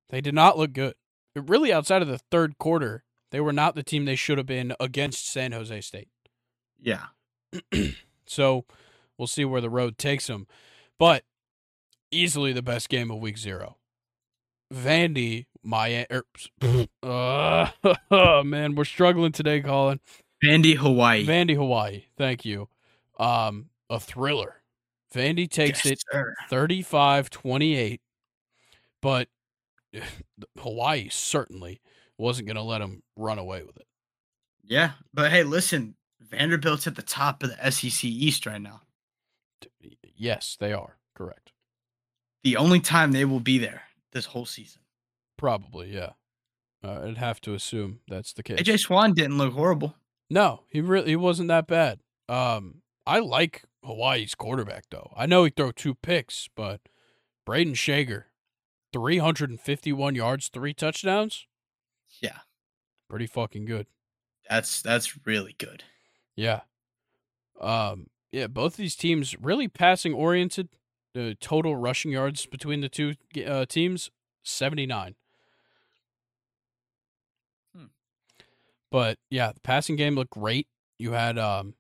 Speaker 1: they did not look good. Really, outside of the third quarter, they were not the team they should have been against San Jose State.
Speaker 2: Yeah.
Speaker 1: So we'll see where the road takes them. But easily the best game of week zero. Vandy, my. Er, *laughs* uh, *laughs* man, we're struggling today, Colin.
Speaker 2: Vandy Hawaii.
Speaker 1: Vandy, Hawaii. Thank you. Um, a thriller. Vandy takes
Speaker 2: Yes,
Speaker 1: it
Speaker 2: sir.
Speaker 1: 35 28, but *sighs* Hawaii certainly wasn't going to let him run away with it.
Speaker 2: Yeah. But hey, listen, Vanderbilt's at the top of the SEC East right now.
Speaker 1: D- Yes, they are. Correct.
Speaker 2: The only time they will be there this whole season.
Speaker 1: Probably, yeah. Uh, I'd have to assume that's the case.
Speaker 2: AJ Swan didn't look horrible.
Speaker 1: No, he really he wasn't that bad. Um, I like Hawaii's quarterback though. I know he threw two picks, but Braden Shager, three hundred and fifty-one yards, three touchdowns.
Speaker 2: Yeah.
Speaker 1: pretty fucking good.
Speaker 2: That's that's really good.
Speaker 1: Yeah. Um, yeah, both these teams really passing oriented. The total rushing yards between the two uh, teams, 79.
Speaker 2: Hmm.
Speaker 1: But yeah, the passing game looked great. You had um,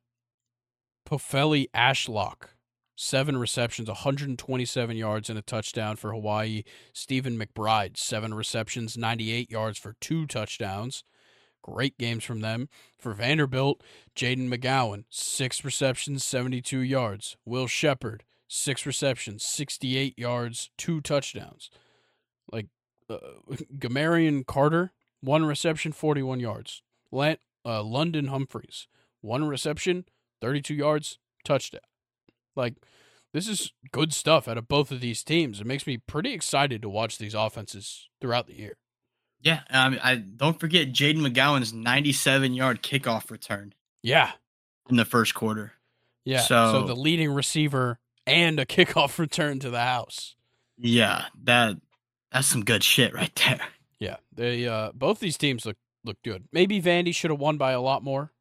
Speaker 1: Pofeli Ashlock, seven receptions, 127 yards, and a touchdown for Hawaii. Stephen McBride, seven receptions, 98 yards for two touchdowns. Great games from them. For Vanderbilt, Jaden McGowan, six receptions, 72 yards. Will Shepard, six receptions, 68 yards, two touchdowns. Like uh, *laughs* Gamarian Carter, one reception, 41 yards. Lant, uh, London Humphreys, one reception, 32 yards, touchdown. Like, this is good stuff out of both of these teams. It makes me pretty excited to watch these offenses throughout the year.
Speaker 2: Yeah. Um, I don't forget Jaden McGowan's 97 yard kickoff return
Speaker 1: Yeah.
Speaker 2: in the first quarter.
Speaker 1: Yeah. So,
Speaker 2: So-
Speaker 1: the leading receiver and a kickoff *laughs* return to the house.
Speaker 2: Yeah, that that's some good shit right *laughs* there.
Speaker 1: Yeah. They uh both these teams look look good. Maybe Vandy should have won by a lot more.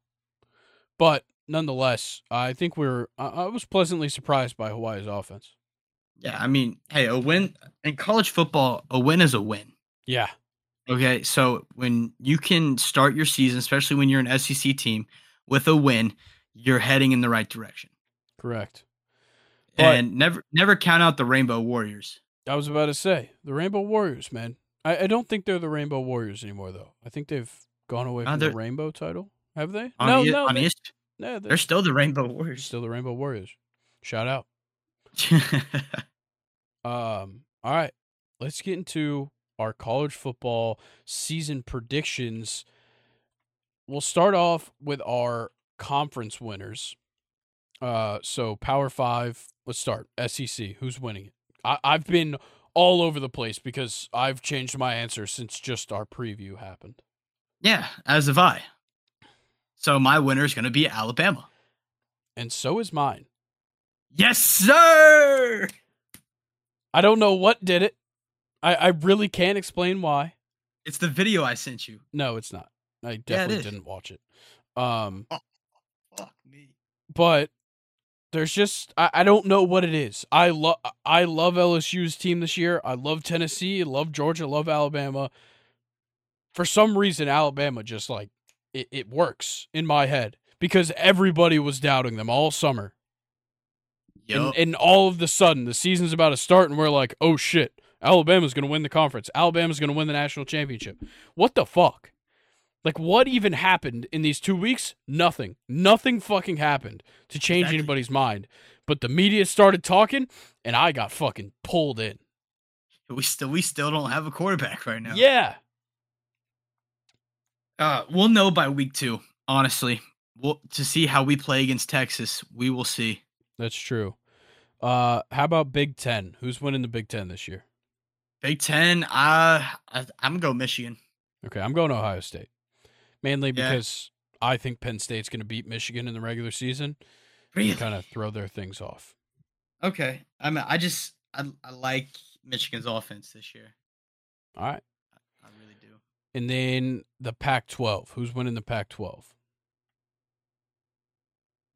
Speaker 1: But nonetheless, I think we are I, I was pleasantly surprised by Hawaii's offense.
Speaker 2: Yeah, I mean, hey, a win in college football, a win is a win.
Speaker 1: Yeah.
Speaker 2: Okay, so when you can start your season, especially when you're an SEC team, with a win, you're heading in the right direction.
Speaker 1: Correct. But-
Speaker 2: and never never count out the Rainbow Warriors.
Speaker 1: I was about to say the Rainbow Warriors, man. I, I don't think they're the Rainbow Warriors anymore though. I think they've gone away
Speaker 2: Nah,
Speaker 1: from the
Speaker 2: they're-
Speaker 1: rainbow title? Have they?
Speaker 2: On
Speaker 1: no,
Speaker 2: E-
Speaker 1: no,
Speaker 2: on
Speaker 1: they,
Speaker 2: ESPN,
Speaker 1: no, they're,
Speaker 2: they're still the Rainbow
Speaker 1: they're
Speaker 2: Warriors.
Speaker 1: still the Rainbow Warriors. Shout out. Um, all right, let's get into our college football season predictions. We'll start off with our conference winners. Uh, so Power Five. Let's start SEC. Who's winning it? I, I've been all over the place because I've changed my answer since just our preview happened.
Speaker 2: *laughs* yeah, as have I. So my winner is going to be Alabama.
Speaker 1: And so is mine.
Speaker 2: Yes, sir.
Speaker 1: I don't know what did it. I, I really can't explain why.
Speaker 2: It's the video I sent you.
Speaker 1: No, it's not. I
Speaker 2: is.
Speaker 1: definitely didn't watch it. Um,
Speaker 2: Fuck me.
Speaker 1: but there's just I, I don't know what it is. I love I love LSU's team this year. I love Tennessee, love Georgia, love Alabama. For some reason, Alabama just like it, it works in my head because everybody was doubting them all summer,
Speaker 2: Yo,
Speaker 1: and, and all of the sudden the season's about to start, and we're like, oh shit, Alabama's gonna win the conference. Alabama's gonna win the national championship. What the fuck? Like what even happened in these two weeks? Nothing. Nothing fucking happened to change
Speaker 2: Exactly.
Speaker 1: anybody's mind. But the media started talking and I got fucking pulled in.
Speaker 2: we still we still don't have a quarterback right now.
Speaker 1: Yeah.
Speaker 2: Uh, we'll know by week two, honestly. We'll to see how we play against Texas. We will see.
Speaker 1: That's true. Uh how about Big 10? Who's winning the Big 10 this year?
Speaker 2: Big Ten. Uh, I I'm gonna go Michigan.
Speaker 1: Okay, I'm going Ohio State. Mainly
Speaker 2: Yeah.
Speaker 1: because I think Penn State's going to beat Michigan in the regular season and kind of throw their things off.
Speaker 2: Okay. I mean, I just I, I like Michigan's offense this year.
Speaker 1: All right.
Speaker 2: I really do.
Speaker 1: And then the Pac 12. Who's winning the Pac 12?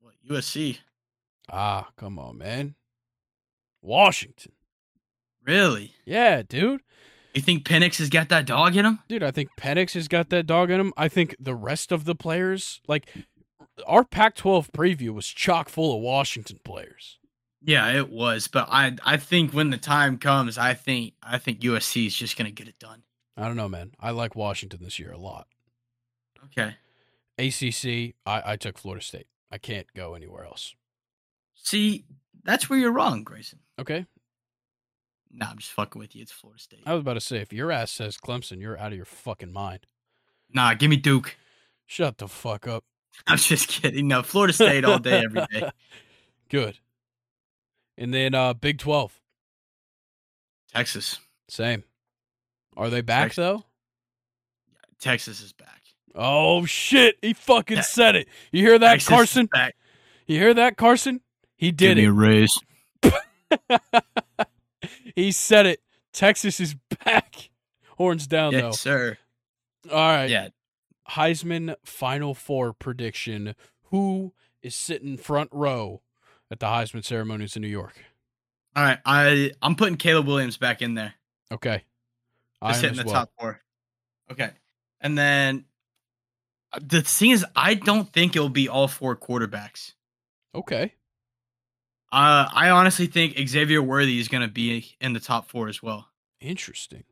Speaker 2: What USC?
Speaker 1: Ah, come on, man. Washington.
Speaker 2: Really?
Speaker 1: Yeah, dude.
Speaker 2: You think Penix has got that dog in him?
Speaker 1: Dude, I think Penix has got that dog in him. I think the rest of the players, like our Pac 12 preview was chock full of Washington players.
Speaker 2: Yeah, it was. But I I think when the time comes, I think I think USC is just gonna get it done.
Speaker 1: I don't know, man. I like Washington this year a lot.
Speaker 2: Okay.
Speaker 1: ACC, I, I took Florida State. I can't go anywhere else.
Speaker 2: See, that's where you're wrong, Grayson.
Speaker 1: Okay.
Speaker 2: Nah, I'm just fucking with you. It's Florida State.
Speaker 1: I was about to say, if your ass says Clemson, you're out of your fucking mind.
Speaker 2: Nah, give me Duke. *laughs*
Speaker 1: Shut the fuck up.
Speaker 2: I'm just kidding. No, Florida State all day, every day. *laughs*
Speaker 1: *laughs* Good. And then uh Big 12.
Speaker 2: Texas.
Speaker 1: Same. Are they back
Speaker 2: Texas.
Speaker 1: though?
Speaker 2: Texas is back.
Speaker 1: Oh shit! He fucking
Speaker 2: Te-
Speaker 1: said it. You hear that,
Speaker 2: Texas is
Speaker 1: Carson?
Speaker 2: back.
Speaker 1: You hear that, Carson? He did
Speaker 2: a raise.
Speaker 1: it. *laughs* he said it. Texas is *laughs* back. Horns down
Speaker 2: Yes, sir.
Speaker 1: though. All right.
Speaker 2: Yeah.
Speaker 1: Heisman Final Four prediction. Who is sitting front row at the Heisman ceremonies in New York?
Speaker 2: All right. I I'm putting Caleb Williams back in there.
Speaker 1: Okay. I
Speaker 2: Just
Speaker 1: am
Speaker 2: hitting
Speaker 1: as
Speaker 2: the
Speaker 1: well.
Speaker 2: top four. Okay. And then uh, the thing is, I don't think it'll be all four quarterbacks.
Speaker 1: Okay.
Speaker 2: Uh, I honestly think Xavier Worthy is going to be in the top four as well.
Speaker 1: Interesting.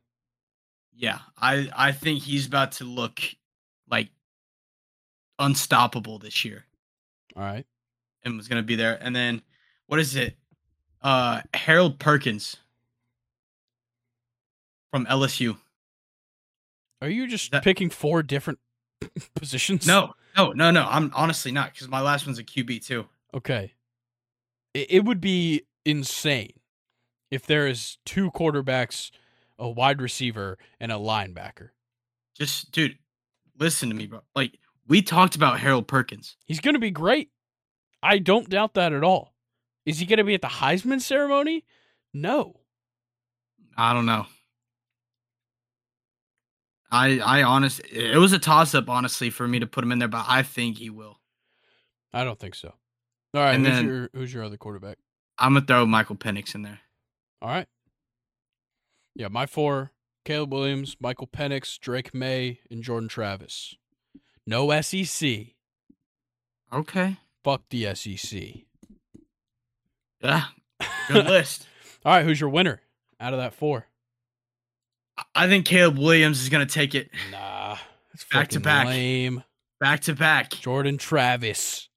Speaker 2: Yeah, I I think he's about to look like unstoppable this year.
Speaker 1: All right.
Speaker 2: and was going to be there. And then what is it? Uh Harold Perkins from LSU.
Speaker 1: Are you just
Speaker 2: That-
Speaker 1: picking four different *laughs* positions?
Speaker 2: No, no, no, no. I'm honestly not because my last one's a QB too.
Speaker 1: Okay. It, it would be insane if there is two quarterbacks, a wide receiver, and a linebacker.
Speaker 2: Just dude, listen to me, bro. Like we talked about Harold Perkins.
Speaker 1: He's going to be great. I don't doubt that at all. Is he going to be at the Heisman ceremony? No.
Speaker 2: I don't know. I I honest it was a toss up honestly for me to put him in there, but I think he will.
Speaker 1: I don't think so. All right.
Speaker 2: And
Speaker 1: who's,
Speaker 2: then-
Speaker 1: your, who's your other quarterback?
Speaker 2: I'm gonna throw Michael Penix in there.
Speaker 1: All right. Yeah, my four Caleb Williams, Michael Penix, Drake May, and Jordan Travis. No SEC.
Speaker 2: Okay.
Speaker 1: Fuck the E SEC.
Speaker 2: Yeah. Good list.
Speaker 1: *laughs* All right, who's your winner out of that four?
Speaker 2: I- I think Caleb Williams is going to take it.
Speaker 1: Nah, That's
Speaker 2: Back to
Speaker 1: fucking
Speaker 2: back.
Speaker 1: Lame.
Speaker 2: Back to back.
Speaker 1: Jordan Travis.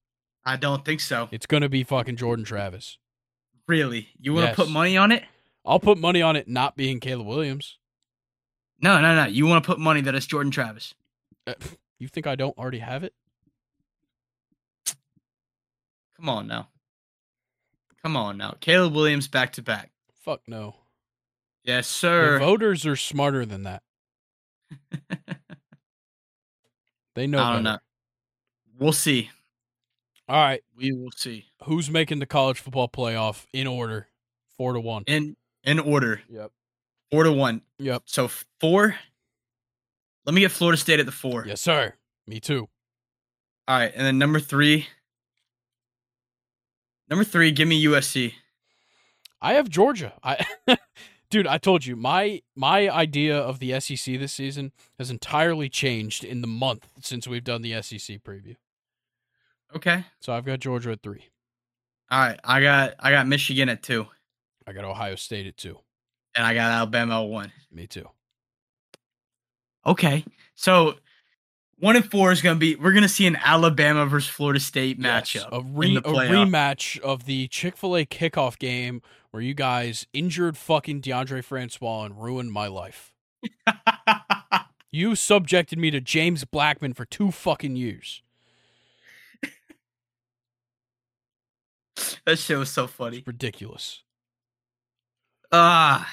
Speaker 2: I don't think so.
Speaker 1: It's gonna be fucking Jordan Travis.
Speaker 2: Really? You want to
Speaker 1: Yes.
Speaker 2: put money on it?
Speaker 1: I'll put money on it not being Caleb Williams.
Speaker 2: No, no, no. You want to put money that it's Jordan Travis.
Speaker 1: Uh, You think I don't already have it?
Speaker 2: Come on now. Come on now. Caleb Williams back to back.
Speaker 1: Fuck no.
Speaker 2: Yes,
Speaker 1: The
Speaker 2: sir.
Speaker 1: voters are smarter than
Speaker 2: *laughs*
Speaker 1: that. They know.
Speaker 2: I don't
Speaker 1: better.
Speaker 2: We'll see.
Speaker 1: All right.
Speaker 2: We will see.
Speaker 1: Who's making the college football playoff in order? Four to one.
Speaker 2: In in order.
Speaker 1: Yep.
Speaker 2: Four to one.
Speaker 1: Yep.
Speaker 2: So f- four. Let me get Florida State at the four.
Speaker 1: Yes, sir. Me too.
Speaker 2: All right, and then number three. Number three, give me USC.
Speaker 1: I have Georgia. I *laughs* Dude, I told you my my idea of the SEC this season has entirely changed in the month since we've done the SEC preview.
Speaker 2: Okay.
Speaker 1: So I've got Georgia at 3.
Speaker 2: All right, I got I got Michigan at two,
Speaker 1: I got Ohio State at 2.
Speaker 2: and I got Alabama at one.
Speaker 1: Me too.
Speaker 2: Okay, so one and four is gonna be we're gonna see an Alabama versus Florida State matchup.
Speaker 1: Yes, a, re-
Speaker 2: in the
Speaker 1: a
Speaker 2: playoff.
Speaker 1: rematch of the Chick-fil-A kickoff game where you guys injured fucking DeAndre Francois and ruined my life. *laughs* You subjected me to James Blackman for 2 fucking years.
Speaker 2: *laughs* that shit was so funny.
Speaker 1: It's ridiculous.
Speaker 2: Ah,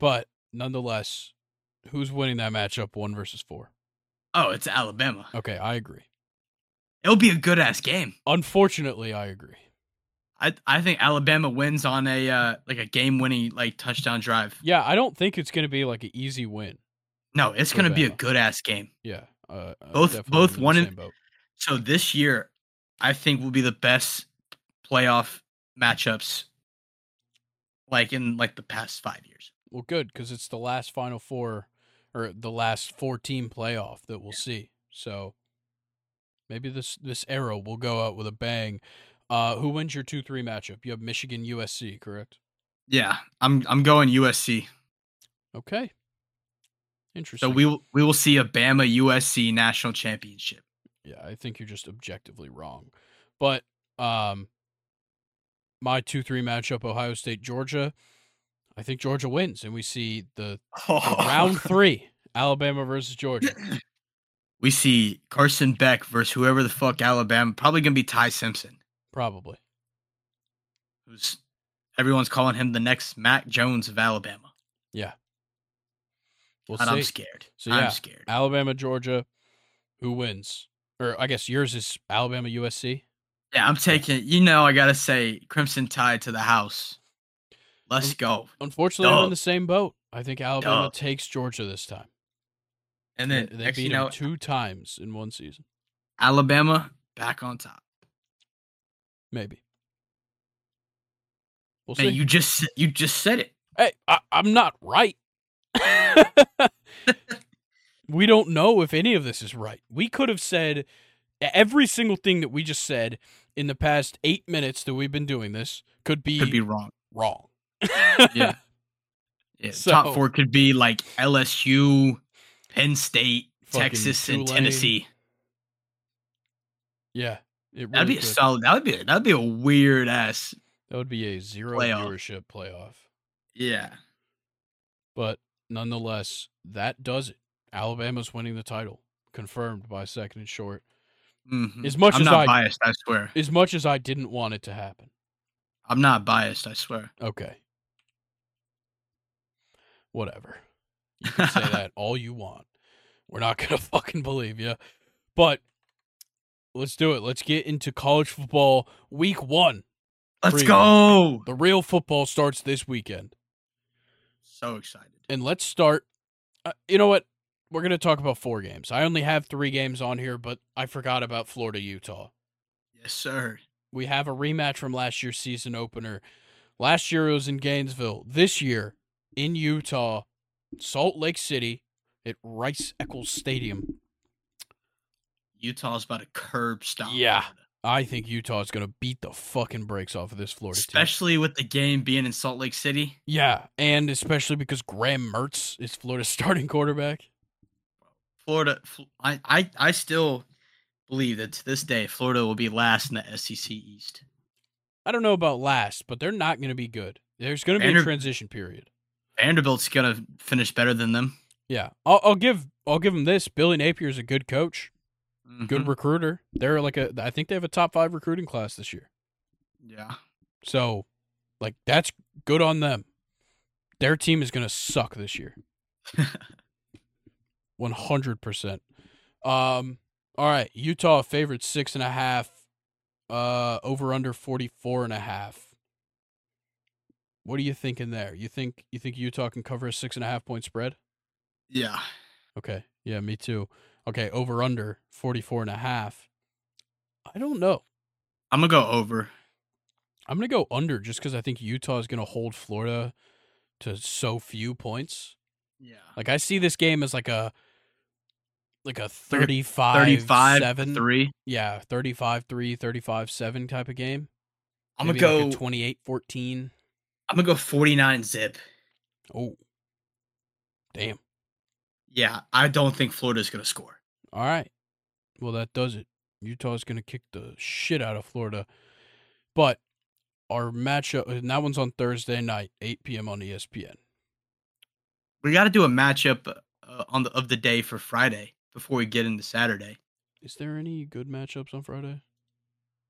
Speaker 1: But nonetheless, who's winning that matchup 1 versus 4?
Speaker 2: oh, it's Alabama.
Speaker 1: Okay, I agree.
Speaker 2: It'll be a good ass game.
Speaker 1: Unfortunately, I agree.
Speaker 2: I I think Alabama wins on a uh, like a game winning like touchdown drive.
Speaker 1: Yeah, I don't think it's going to be like an easy win.
Speaker 2: No, it's gonna be a
Speaker 1: Alabama.
Speaker 2: good ass game.
Speaker 1: Yeah. Uh, I'm
Speaker 2: Both-
Speaker 1: definitely
Speaker 2: both
Speaker 1: in the
Speaker 2: one and-
Speaker 1: same boat.
Speaker 2: So this year, I think will be the best playoff matchups like in like the past five years.
Speaker 1: Well, good because it's the last Final Four or the last four team playoff that we'll see. So maybe this this era will go out with a bang. Uh, who wins your two three matchup? You have Michigan USC, correct?
Speaker 2: Yeah, I'm I'm going USC.
Speaker 1: Okay.
Speaker 2: So
Speaker 1: Interesting.
Speaker 2: we will we will see a Bama USC national championship.
Speaker 1: yeah, I think you're just objectively wrong. But um my 2-3 matchup Ohio State Georgia, I think Georgia wins and we see
Speaker 2: *laughs*
Speaker 1: the,
Speaker 2: Oh.
Speaker 1: the round 3 Alabama versus Georgia.
Speaker 2: we see Carson Beck versus whoever the fuck Alabama. Probably gonna be Ty Simpson,
Speaker 1: Probably.
Speaker 2: who's everyone's calling him the next Mac Jones of Alabama.
Speaker 1: We'll
Speaker 2: and I'm
Speaker 1: see.
Speaker 2: scared.
Speaker 1: So, yeah.
Speaker 2: I'm scared.
Speaker 1: Alabama Georgia who wins? Or I guess yours is Alabama USC.
Speaker 2: Yeah, I'm taking. You know, I gotta say, Crimson Tide to the house. Let's
Speaker 1: Um,
Speaker 2: go.
Speaker 1: Unfortunately, I'm in
Speaker 2: Duh.
Speaker 1: the same boat. I think Alabama
Speaker 2: Duh.
Speaker 1: takes Georgia this time.
Speaker 2: And
Speaker 1: They,
Speaker 2: then
Speaker 1: they
Speaker 2: next,
Speaker 1: beat
Speaker 2: you know,
Speaker 1: them two times in one season.
Speaker 2: Alabama back on top.
Speaker 1: Maybe. We'll
Speaker 2: Man, you just you just said it.
Speaker 1: Hey, I, I'm not
Speaker 2: *laughs*
Speaker 1: right. we don't know if any of this is right. We could have said e, every single thing that we just said in the past eight minutes that we've been doing this could be,
Speaker 2: Could be wrong.
Speaker 1: wrong.
Speaker 2: Yeah. Yeah,
Speaker 1: So-
Speaker 2: top four could be like LSU, Penn State,
Speaker 1: Fucking
Speaker 2: Texas, and
Speaker 1: Tulane.
Speaker 2: Tennessee.
Speaker 1: *laughs* yeah. It
Speaker 2: That'd
Speaker 1: really
Speaker 2: be a
Speaker 1: could.
Speaker 2: solid. That'd be that'd be a weird ass.
Speaker 1: that would be a zero
Speaker 2: playoff.
Speaker 1: viewership playoff.
Speaker 2: Yeah.
Speaker 1: But nonetheless, that does it. Alabama's winning the title, confirmed by second and short.
Speaker 2: Mhm.
Speaker 1: As much
Speaker 2: I'm
Speaker 1: as
Speaker 2: not
Speaker 1: I-
Speaker 2: biased, I swear.
Speaker 1: As much as I didn't want it to happen.
Speaker 2: I'm not biased, I swear.
Speaker 1: Okay. Whatever. You can say that all you want. We're not going to *laughs* fucking believe you. But let's do it. Let's get into college football week one.
Speaker 2: *laughs* Let's
Speaker 1: Preview.
Speaker 2: go.
Speaker 1: The real football starts this weekend.
Speaker 2: So excited.
Speaker 1: And let's start. Uh, you know what? We're going to talk about four games. I only have three games on here, but I forgot about Florida, Utah.
Speaker 2: Yes, sir.
Speaker 1: We have a rematch from last year's season opener. Last year it was in Gainesville. This year in Utah, Salt Lake City at Rice Eccles Stadium.
Speaker 2: Utah's about to curb stop.
Speaker 1: Yeah.
Speaker 2: Florida.
Speaker 1: I think Utah's going to beat the fucking brakes off of this Florida team.
Speaker 2: Especially with the game being in Salt Lake City.
Speaker 1: *laughs* Yeah, and especially because Graham Mertz is Florida's starting quarterback.
Speaker 2: Florida. Fl- I, I I still believe that to this day Florida will be last in the SEC East.
Speaker 1: I don't know about last, but they're not going to be good. There's going to be a
Speaker 2: Vander-
Speaker 1: transition period.
Speaker 2: Vanderbilt's gonna finish better than them.
Speaker 1: Yeah, I'll, I'll give I'll give them this. Billy Napier is a good coach, good
Speaker 2: Mhm.
Speaker 1: recruiter. They're like a I think they have a top five recruiting class this year.
Speaker 2: Yeah.
Speaker 1: So, like that's good on them. Their team is going to suck this year. 100%. Um, all right. Utah favorite six and a half, uh, over under 44 and a half. What are you thinking there? You think, you think Utah can cover a six and a half point spread?
Speaker 2: Yeah.
Speaker 1: Okay. Yeah, me too. Okay. Over under 44 and a half. I don't know.
Speaker 2: I'm gonna go over.
Speaker 1: I'm going to go under just because I think Utah is going to hold Florida to so few points.
Speaker 2: Yeah.
Speaker 1: Like I see this game as like a like a 35
Speaker 2: 35
Speaker 1: 7.
Speaker 2: three.
Speaker 1: Yeah, 35-3, 35-7 type of game.
Speaker 2: I'm gonna
Speaker 1: Maybe
Speaker 2: go
Speaker 1: like a 28-14.
Speaker 2: I'm gonna go 49 zip.
Speaker 1: Oh. Damn.
Speaker 2: Yeah, I don't think Florida's gonna score.
Speaker 1: All right. Well, that does it. Utah's going to kick the shit out of Florida. But our matchup and that one's on Thursday night, 8 p.m. on E ESPN.
Speaker 2: We got to do a matchup uh, on the of the day for Friday before we get into Saturday.
Speaker 1: Is there any good matchups on Friday?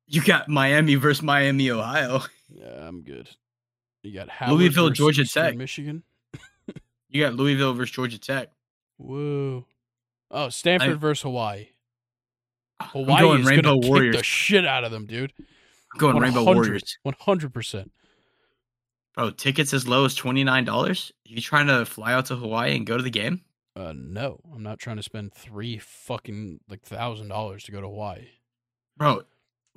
Speaker 2: You got Miami versus Miami, Ohio.
Speaker 1: Yeah, I'm good. You got Howard
Speaker 2: Louisville,
Speaker 1: versus
Speaker 2: Georgia
Speaker 1: Eastern
Speaker 2: Tech.
Speaker 1: Michigan.
Speaker 2: You got Louisville versus Georgia Tech.
Speaker 1: Whoa. Oh, Stanford versus Hawaii.
Speaker 2: I'm
Speaker 1: Hawaii
Speaker 2: going
Speaker 1: is
Speaker 2: Rainbow
Speaker 1: gonna
Speaker 2: Warriors.
Speaker 1: kick the shit out of them, dude.
Speaker 2: I'm going Rainbow
Speaker 1: 100,
Speaker 2: Warriors.
Speaker 1: 100%.
Speaker 2: Bro, tickets as low as twenty nine dollars. You trying to fly out to Hawaii and go to the game?
Speaker 1: Uh, no, I'm not trying to spend three fucking like thousand dollars to go to Hawaii.
Speaker 2: Bro,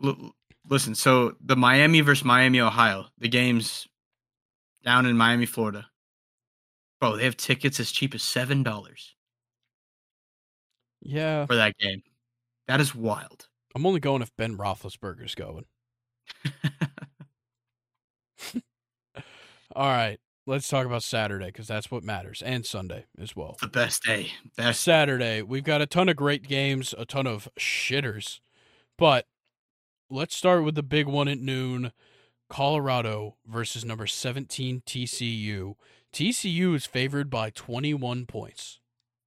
Speaker 2: l- listen. So the Miami versus Miami, Ohio. The game's down in Miami, Florida. Bro, they have tickets as cheap as seven dollars
Speaker 1: Yeah,
Speaker 2: for that game. That is wild.
Speaker 1: I'm only going if Ben Roethlisberger's
Speaker 2: *laughs*
Speaker 1: going. *laughs* All right, let's talk about Saturday because that's what matters, and Sunday as well.
Speaker 2: The best day. Best.
Speaker 1: Saturday, we've got a ton of great games, a ton of shitters, but let's start with the big one at noon Colorado versus number 17 TCU. TCU is favored by 21 points.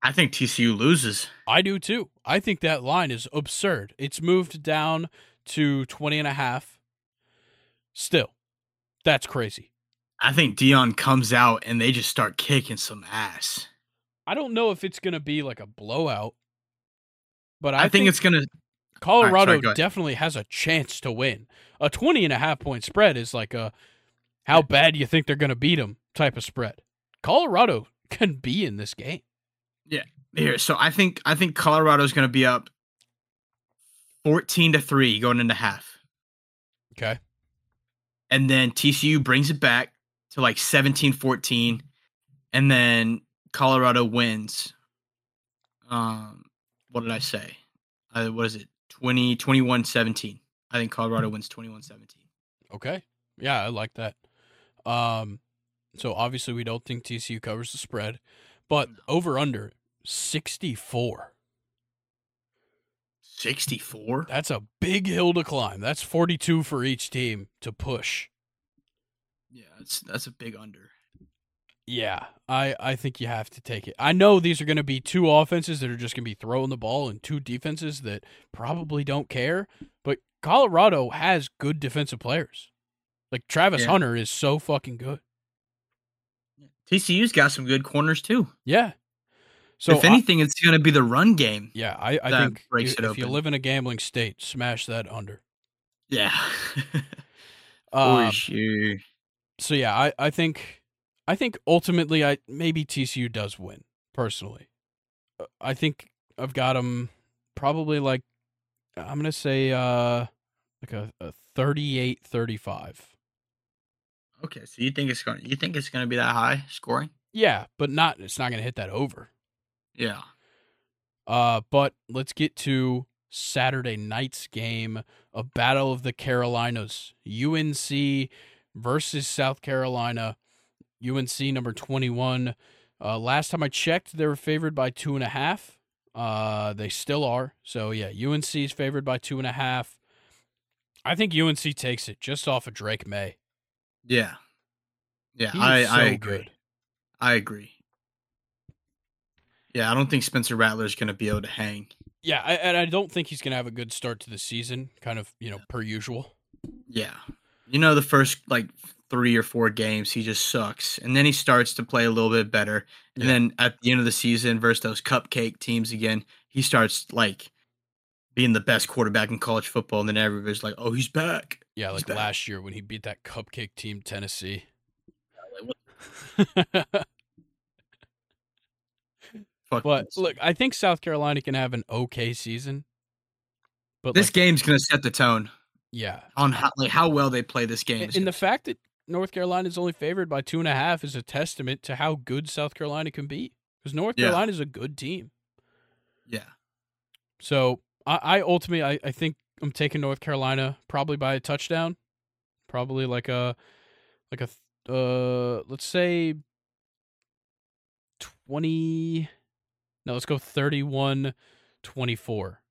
Speaker 2: I think TCU loses.
Speaker 1: I do too. I think that line is absurd. It's moved down to 20 and a half. Still, that's crazy.
Speaker 2: I think Dion comes out and they just start kicking some ass.
Speaker 1: I don't know if it's going to be like a blowout, but I,
Speaker 2: I, think, it's gonna. right, sorry,
Speaker 1: Colorado
Speaker 2: go ahead.
Speaker 1: definitely has a chance to win. A 20 and a half point spread is like a how bad you think they're going to beat them type of spread. Colorado *laughs* can be in this game.
Speaker 2: Here, so I think I think Colorado's gonna be up fourteen to three going into half,
Speaker 1: Okay.
Speaker 2: and then TCU brings it back to like 17-14, and then Colorado wins. Um, what did I say? Uh, what is it? 20, 21-17. I think Colorado wins 21-17.
Speaker 1: Okay. Yeah, I like that. Um so obviously we don't think TCU covers the spread, but
Speaker 2: No.
Speaker 1: over under 64.
Speaker 2: 64?
Speaker 1: That's a big hill to climb. That's 42 for each team to push.
Speaker 2: Yeah, that's that's a big under.
Speaker 1: Yeah, I, I think you have to take it. I know these are going to be two offenses that are just going to be throwing the ball and two defenses that probably don't care, but Colorado has good defensive players. Like Travis
Speaker 2: Yeah.
Speaker 1: Hunter is so fucking good.
Speaker 2: TCU's got some good corners too.
Speaker 1: Yeah. So
Speaker 2: if
Speaker 1: I-
Speaker 2: anything, it's going to be the run game.
Speaker 1: yeah, I, I
Speaker 2: that
Speaker 1: think
Speaker 2: breaks
Speaker 1: if,
Speaker 2: it
Speaker 1: if you
Speaker 2: open.
Speaker 1: live in a gambling state, smash that under.
Speaker 2: *laughs* Yeah.
Speaker 1: Um,
Speaker 2: For sure.
Speaker 1: so yeah, I, I think I think ultimately I maybe TCU does win personally. Uh, I think I've got them probably like I'm going to say uh like a, a 38-35.
Speaker 2: Okay, so you think it's going? You think it's going to be that high scoring?
Speaker 1: Yeah, but not it's not going to hit that over.
Speaker 2: Yeah.
Speaker 1: Uh but let's get to Saturday night's game, a battle of the Carolinas. UNC versus South Carolina. UNC number 21. Uh, last time I checked, they were favored by two and a half. Uh, they still are. So yeah, UNC is favored by two and a half. I think UNC takes it just off of Drake May.
Speaker 2: Yeah. Yeah,
Speaker 1: He
Speaker 2: I,
Speaker 1: is
Speaker 2: I
Speaker 1: so
Speaker 2: agree.
Speaker 1: good.
Speaker 2: I agree. Yeah, I don't think Spencer Rattler is going to be able to hang.
Speaker 1: Yeah, I, and I don't think he's gonna have a good start to the season. Kind of you know per usual.
Speaker 2: Yeah. You know, the first like three or four games, he just sucks. And then he starts to play a little bit better. And
Speaker 1: Yeah.
Speaker 2: then at the end of the season versus those cupcake teams again, he starts like being the best quarterback in college football. And then everybody's like, oh, he's back.
Speaker 1: Yeah,
Speaker 2: He's
Speaker 1: like
Speaker 2: back.
Speaker 1: last year when he beat that cupcake team Tennessee.
Speaker 2: like, what-
Speaker 1: *laughs* but
Speaker 2: Fuck this.
Speaker 1: look, I think South Carolina can have an okay season. But
Speaker 2: this
Speaker 1: like,
Speaker 2: game's going to set the tone
Speaker 1: yeah,
Speaker 2: on how, like, how well they play this game.
Speaker 1: and,
Speaker 2: is
Speaker 1: and
Speaker 2: gonna
Speaker 1: the fact that North Carolina is only favored by two and a half is a testament to how good South Carolina can be. Because North
Speaker 2: Yeah.
Speaker 1: Carolina is a good team. *laughs*
Speaker 2: Yeah.
Speaker 1: So I, I ultimately I, I think I'm taking North Carolina probably by a touchdown, probably like a like a th- uh let's say twenty. No, let's go 31-24.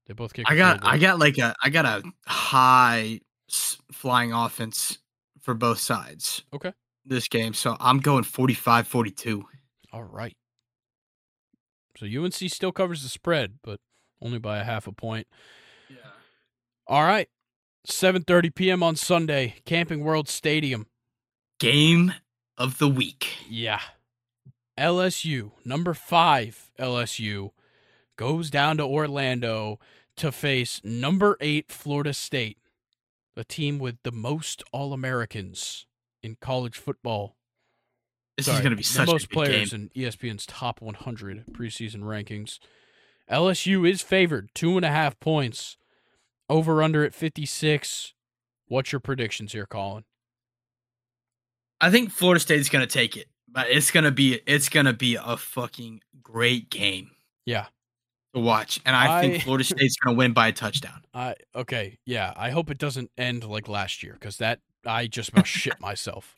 Speaker 1: They both kick. a
Speaker 2: I got
Speaker 1: field goal.
Speaker 2: I got like a I got a high s- flying offense for both sides.
Speaker 1: Okay.
Speaker 2: This game, so I'm going 45-42.
Speaker 1: All right. So UNC still covers the spread, but only by a half a point.
Speaker 2: Yeah.
Speaker 1: All right. 7:30 p.m. on Sunday, Camping World Stadium.
Speaker 2: Game of the week.
Speaker 1: Yeah. LSU, number 5 LSU goes down to Orlando to face number 8 Florida State, the team with the most All-Americans in college football.
Speaker 2: This is
Speaker 1: Sorry,
Speaker 2: going to be such
Speaker 1: the most
Speaker 2: a good
Speaker 1: players
Speaker 2: game.
Speaker 1: in E ESPN's top 100 preseason rankings. LSU is favored two and a half points, over under at 56. What's your predictions here, Colin?
Speaker 2: I think Florida State's going to take it, but it's going to be it's going to be a fucking great game
Speaker 1: Yeah,
Speaker 2: to watch, and I,
Speaker 1: I- *laughs*
Speaker 2: think Florida State's going to win by a touchdown.
Speaker 1: I okay, yeah. I hope it doesn't end like last year because that I just about shit myself.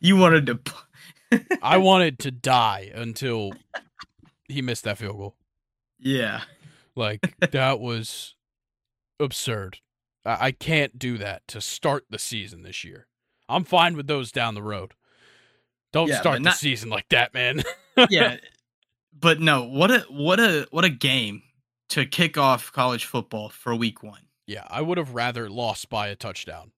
Speaker 2: You wanted to p- *laughs*
Speaker 1: I wanted to die until he missed that field goal.
Speaker 2: Yeah.
Speaker 1: Like
Speaker 2: *laughs*
Speaker 1: that was absurd. I, I can't do that to start the season this year. I'm fine with those down the road. Don't
Speaker 2: Yeah,
Speaker 1: start
Speaker 2: but
Speaker 1: the
Speaker 2: not-
Speaker 1: season like that, man. *laughs*
Speaker 2: yeah. But no, what a what a what a game to kick off college football for week 1.
Speaker 1: yeah, I would have rather lost by a touchdown.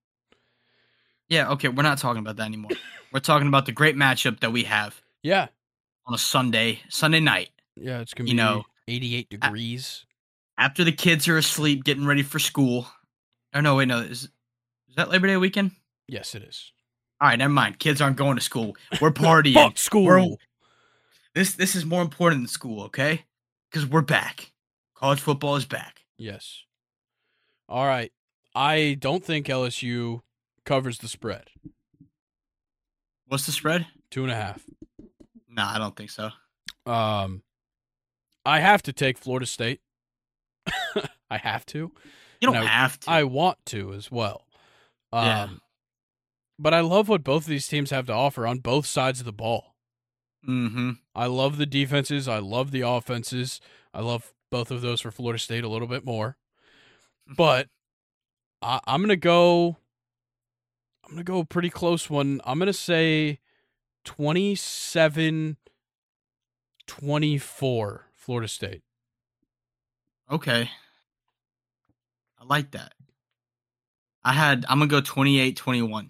Speaker 2: Yeah, okay, we're not talking about
Speaker 1: *laughs*
Speaker 2: that anymore. we're talking about the great matchup that we have
Speaker 1: Yeah.
Speaker 2: on a Sunday, Sunday night,
Speaker 1: Yeah, it's gonna
Speaker 2: You
Speaker 1: be
Speaker 2: know,
Speaker 1: 88
Speaker 2: I-
Speaker 1: degrees.
Speaker 2: after the kids are asleep, getting ready for school. Oh no, wait, no, is is that Labor Day weekend?
Speaker 1: yes, it is.
Speaker 2: All right, never mind. Kids aren't going to school. We're
Speaker 1: *laughs*
Speaker 2: partying.
Speaker 1: Fuck school.
Speaker 2: We're- This this is more important than school, okay? Because we're back. College football is back.
Speaker 1: Yes. All right. I don't think LSU covers the spread.
Speaker 2: What's the spread?
Speaker 1: Two and a half.
Speaker 2: Nah, I don't think so.
Speaker 1: Um, I have to take Florida State. *laughs* I have to.
Speaker 2: You don't
Speaker 1: No,
Speaker 2: have to.
Speaker 1: I want to as well. Um,
Speaker 2: Yeah.
Speaker 1: But I love what both of these teams have to offer on both sides of the ball.
Speaker 2: mm-hmm.
Speaker 1: I love the defenses. I love the offenses. I love both of those for Florida State a little bit more. But I, I'm gonna go. I'm gonna go a pretty close one. I'm gonna say 27 24 Florida State.
Speaker 2: Okay. I like that. I had I'm gonna go 28 21.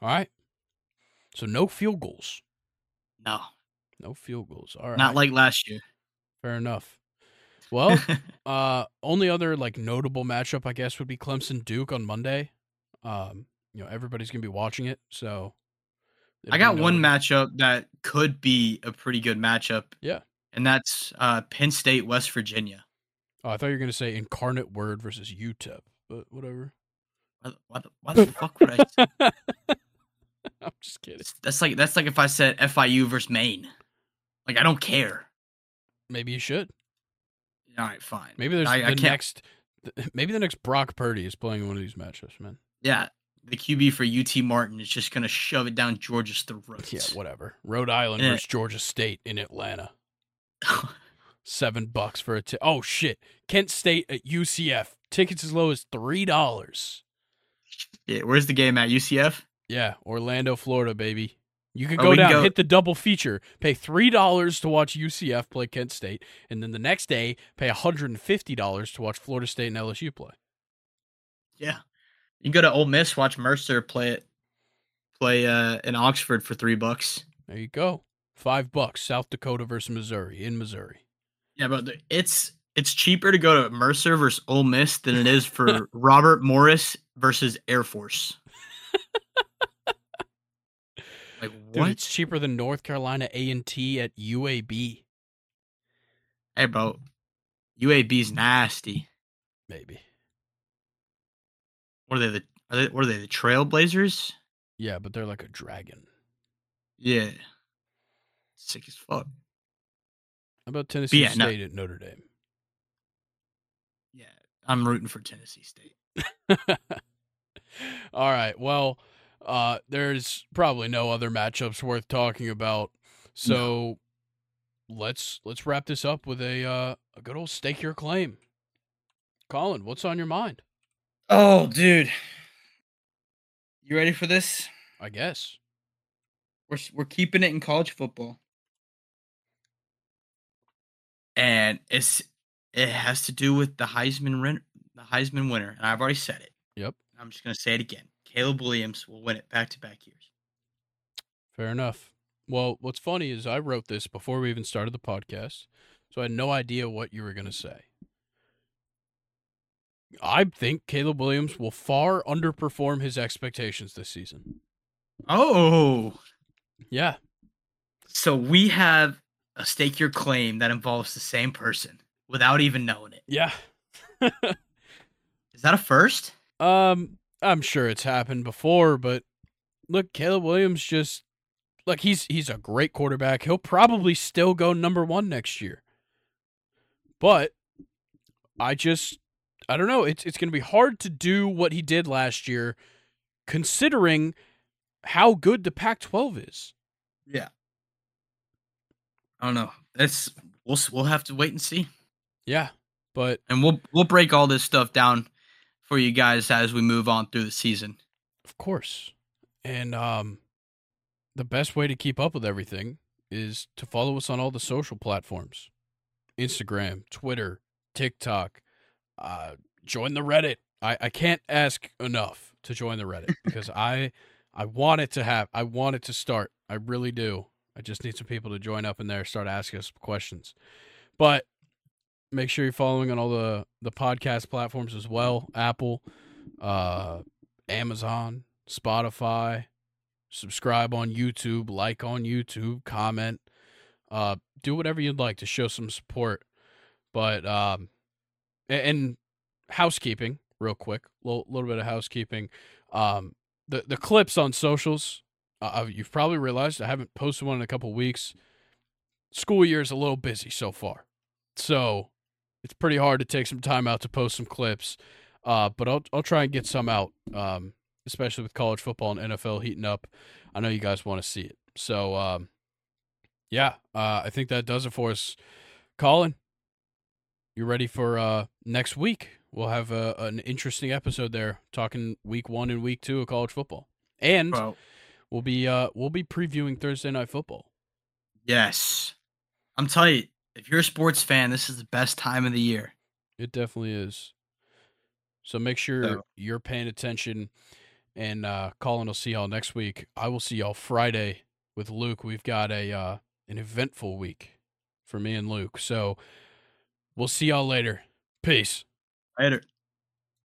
Speaker 1: All right. So no field goals.
Speaker 2: No.
Speaker 1: No field goals. All right.
Speaker 2: Not like last year.
Speaker 1: Fair enough.
Speaker 2: *laughs*
Speaker 1: Well, uh, only other like notable matchup, I guess, would be Clemson Duke on Monday. Um, you know, everybody's gonna be watching it, so
Speaker 2: I got one matchup that could be a pretty good matchup.
Speaker 1: Yeah.
Speaker 2: And that's uh, Penn State, West Virginia.
Speaker 1: Oh, I thought you were gonna say Incarnate Word versus UTEP, but whatever.
Speaker 2: Why the, why the, why the fuck would I?
Speaker 1: *laughs*
Speaker 2: *laughs*
Speaker 1: I'm just kidding.
Speaker 2: That's like that's like if I said FIU versus Maine. Like I don't care.
Speaker 1: Maybe you should.
Speaker 2: All right, fine.
Speaker 1: Maybe there's
Speaker 2: I,
Speaker 1: the
Speaker 2: I can't.
Speaker 1: next. th- Maybe the next Brock Purdy is playing in one of these matchups, man.
Speaker 2: Yeah, the QB for UT Martin is just gonna shove it down Georgia's throat. Eh.
Speaker 1: Yeah, whatever. Rhode Island
Speaker 2: Yeah.
Speaker 1: versus Georgia State in Atlanta. seven bucks for a ticket. Oh shit! Kent State at UCF tickets as low as three dollars.
Speaker 2: *laughs* Yeah, where's the game at? UCF?
Speaker 1: Yeah, Orlando, Florida, baby. You could
Speaker 2: Or
Speaker 1: go
Speaker 2: we can
Speaker 1: down,
Speaker 2: go-
Speaker 1: hit the double feature, pay three dollars to watch UCF play Kent State, and then the next day pay hundred and fifty dollars to watch Florida State and LSU play.
Speaker 2: Yeah. You can go to Ole Miss, watch Mercer play it play uh in Oxford for three bucks.
Speaker 1: There you go, five bucks. South Dakota versus Missouri in Missouri.
Speaker 2: Yeah, but the- it's it's cheaper to go to Mercer versus Ole Miss than it is *laughs* for Robert Morris versus Air Force. *laughs* like
Speaker 1: Dude,
Speaker 2: what?
Speaker 1: it's cheaper than North Carolina A and T at UAB.
Speaker 2: Hey, bro, UAB's nasty.
Speaker 1: Maybe.
Speaker 2: What are they? The are they? What are they? The Trailblazers?
Speaker 1: Yeah, but they're like a dragon.
Speaker 2: Yeah, sick as fuck.
Speaker 1: How about Tennessee
Speaker 2: yeah, no-
Speaker 1: State at Notre Dame?
Speaker 2: Yeah, I'm rooting for Tennessee State.
Speaker 1: All right. Well, uh, there's probably no other matchups worth talking about. So let's let's wrap this up with a uh, a good old stake your claim. Colin, what's on your mind?
Speaker 2: Oh, dude, you ready for this?
Speaker 1: I guess.
Speaker 2: We're s- we're keeping it in college football, and it's it has to do with the Heisman win, the Heisman winner, and I've already said it.
Speaker 1: Yep.
Speaker 2: I'm just gonna say it again. Caleb Williams will win it back to back years.
Speaker 1: Fair enough. Well, what's funny is I wrote this before we even started the podcast, so I had no idea what you were going to say. I think Caleb Williams will far underperform his expectations this season.
Speaker 2: Oh,
Speaker 1: Yeah.
Speaker 2: so we have a stake your claim that involves the same person without even knowing it.
Speaker 1: Yeah.
Speaker 2: Is that a first?
Speaker 1: Um, I'm sure it's happened before, but look, Caleb Williams just like he's he's a great quarterback. He'll probably still go number one next year. But I just I don't know. It's it's gonna be hard to do what he did last year, considering how good the Pac-12 is.
Speaker 2: Yeah. I don't know. That's we'll s- we'll have to wait and see.
Speaker 1: Yeah, but
Speaker 2: and we'll we'll break all this stuff down for you guys as we move on through the season.
Speaker 1: Of course. And um the best way to keep up with everything is to follow us on all the social platforms. Instagram, Twitter, TikTok. Uh join the Reddit. I I can't ask enough to join the Reddit because I I want it to have I want it to start. I really do. I just need some people to join up in there, start asking us questions. But make sure you're following on all the the podcast platforms as well. Apple, uh Amazon, Spotify, subscribe on YouTube, like on YouTube, comment, uh, do whatever you'd like to show some support. But um, a- and, housekeeping, real quick, a little, little bit of housekeeping. Um, the the clips on socials, uh, I've- you've probably realized I haven't posted one in a couple weeks. School year's a little busy so far, so it's pretty hard to take some time out to post some clips. Uh, but I'll I'll try and get some out, um, especially with college football and NFL heating up. I know you guys want to see it. So um, yeah, uh, I think that does it for us. Colin, you ready for uh, next week? We'll have a, an interesting episode there, talking week one and week two of college football, and
Speaker 2: Bro.
Speaker 1: we'll be uh, we'll be previewing Thursday night football.
Speaker 2: Yes. I'm telling you, if you're a sports fan, this is the best time of the year.
Speaker 1: It definitely is. So make sure
Speaker 2: So-
Speaker 1: you're paying attention. And uh, Colin will see y'all next week. I will see y'all Friday with Luke. We've got a uh, an eventful week for me and Luke. So we'll see y'all later. Peace.
Speaker 2: Later.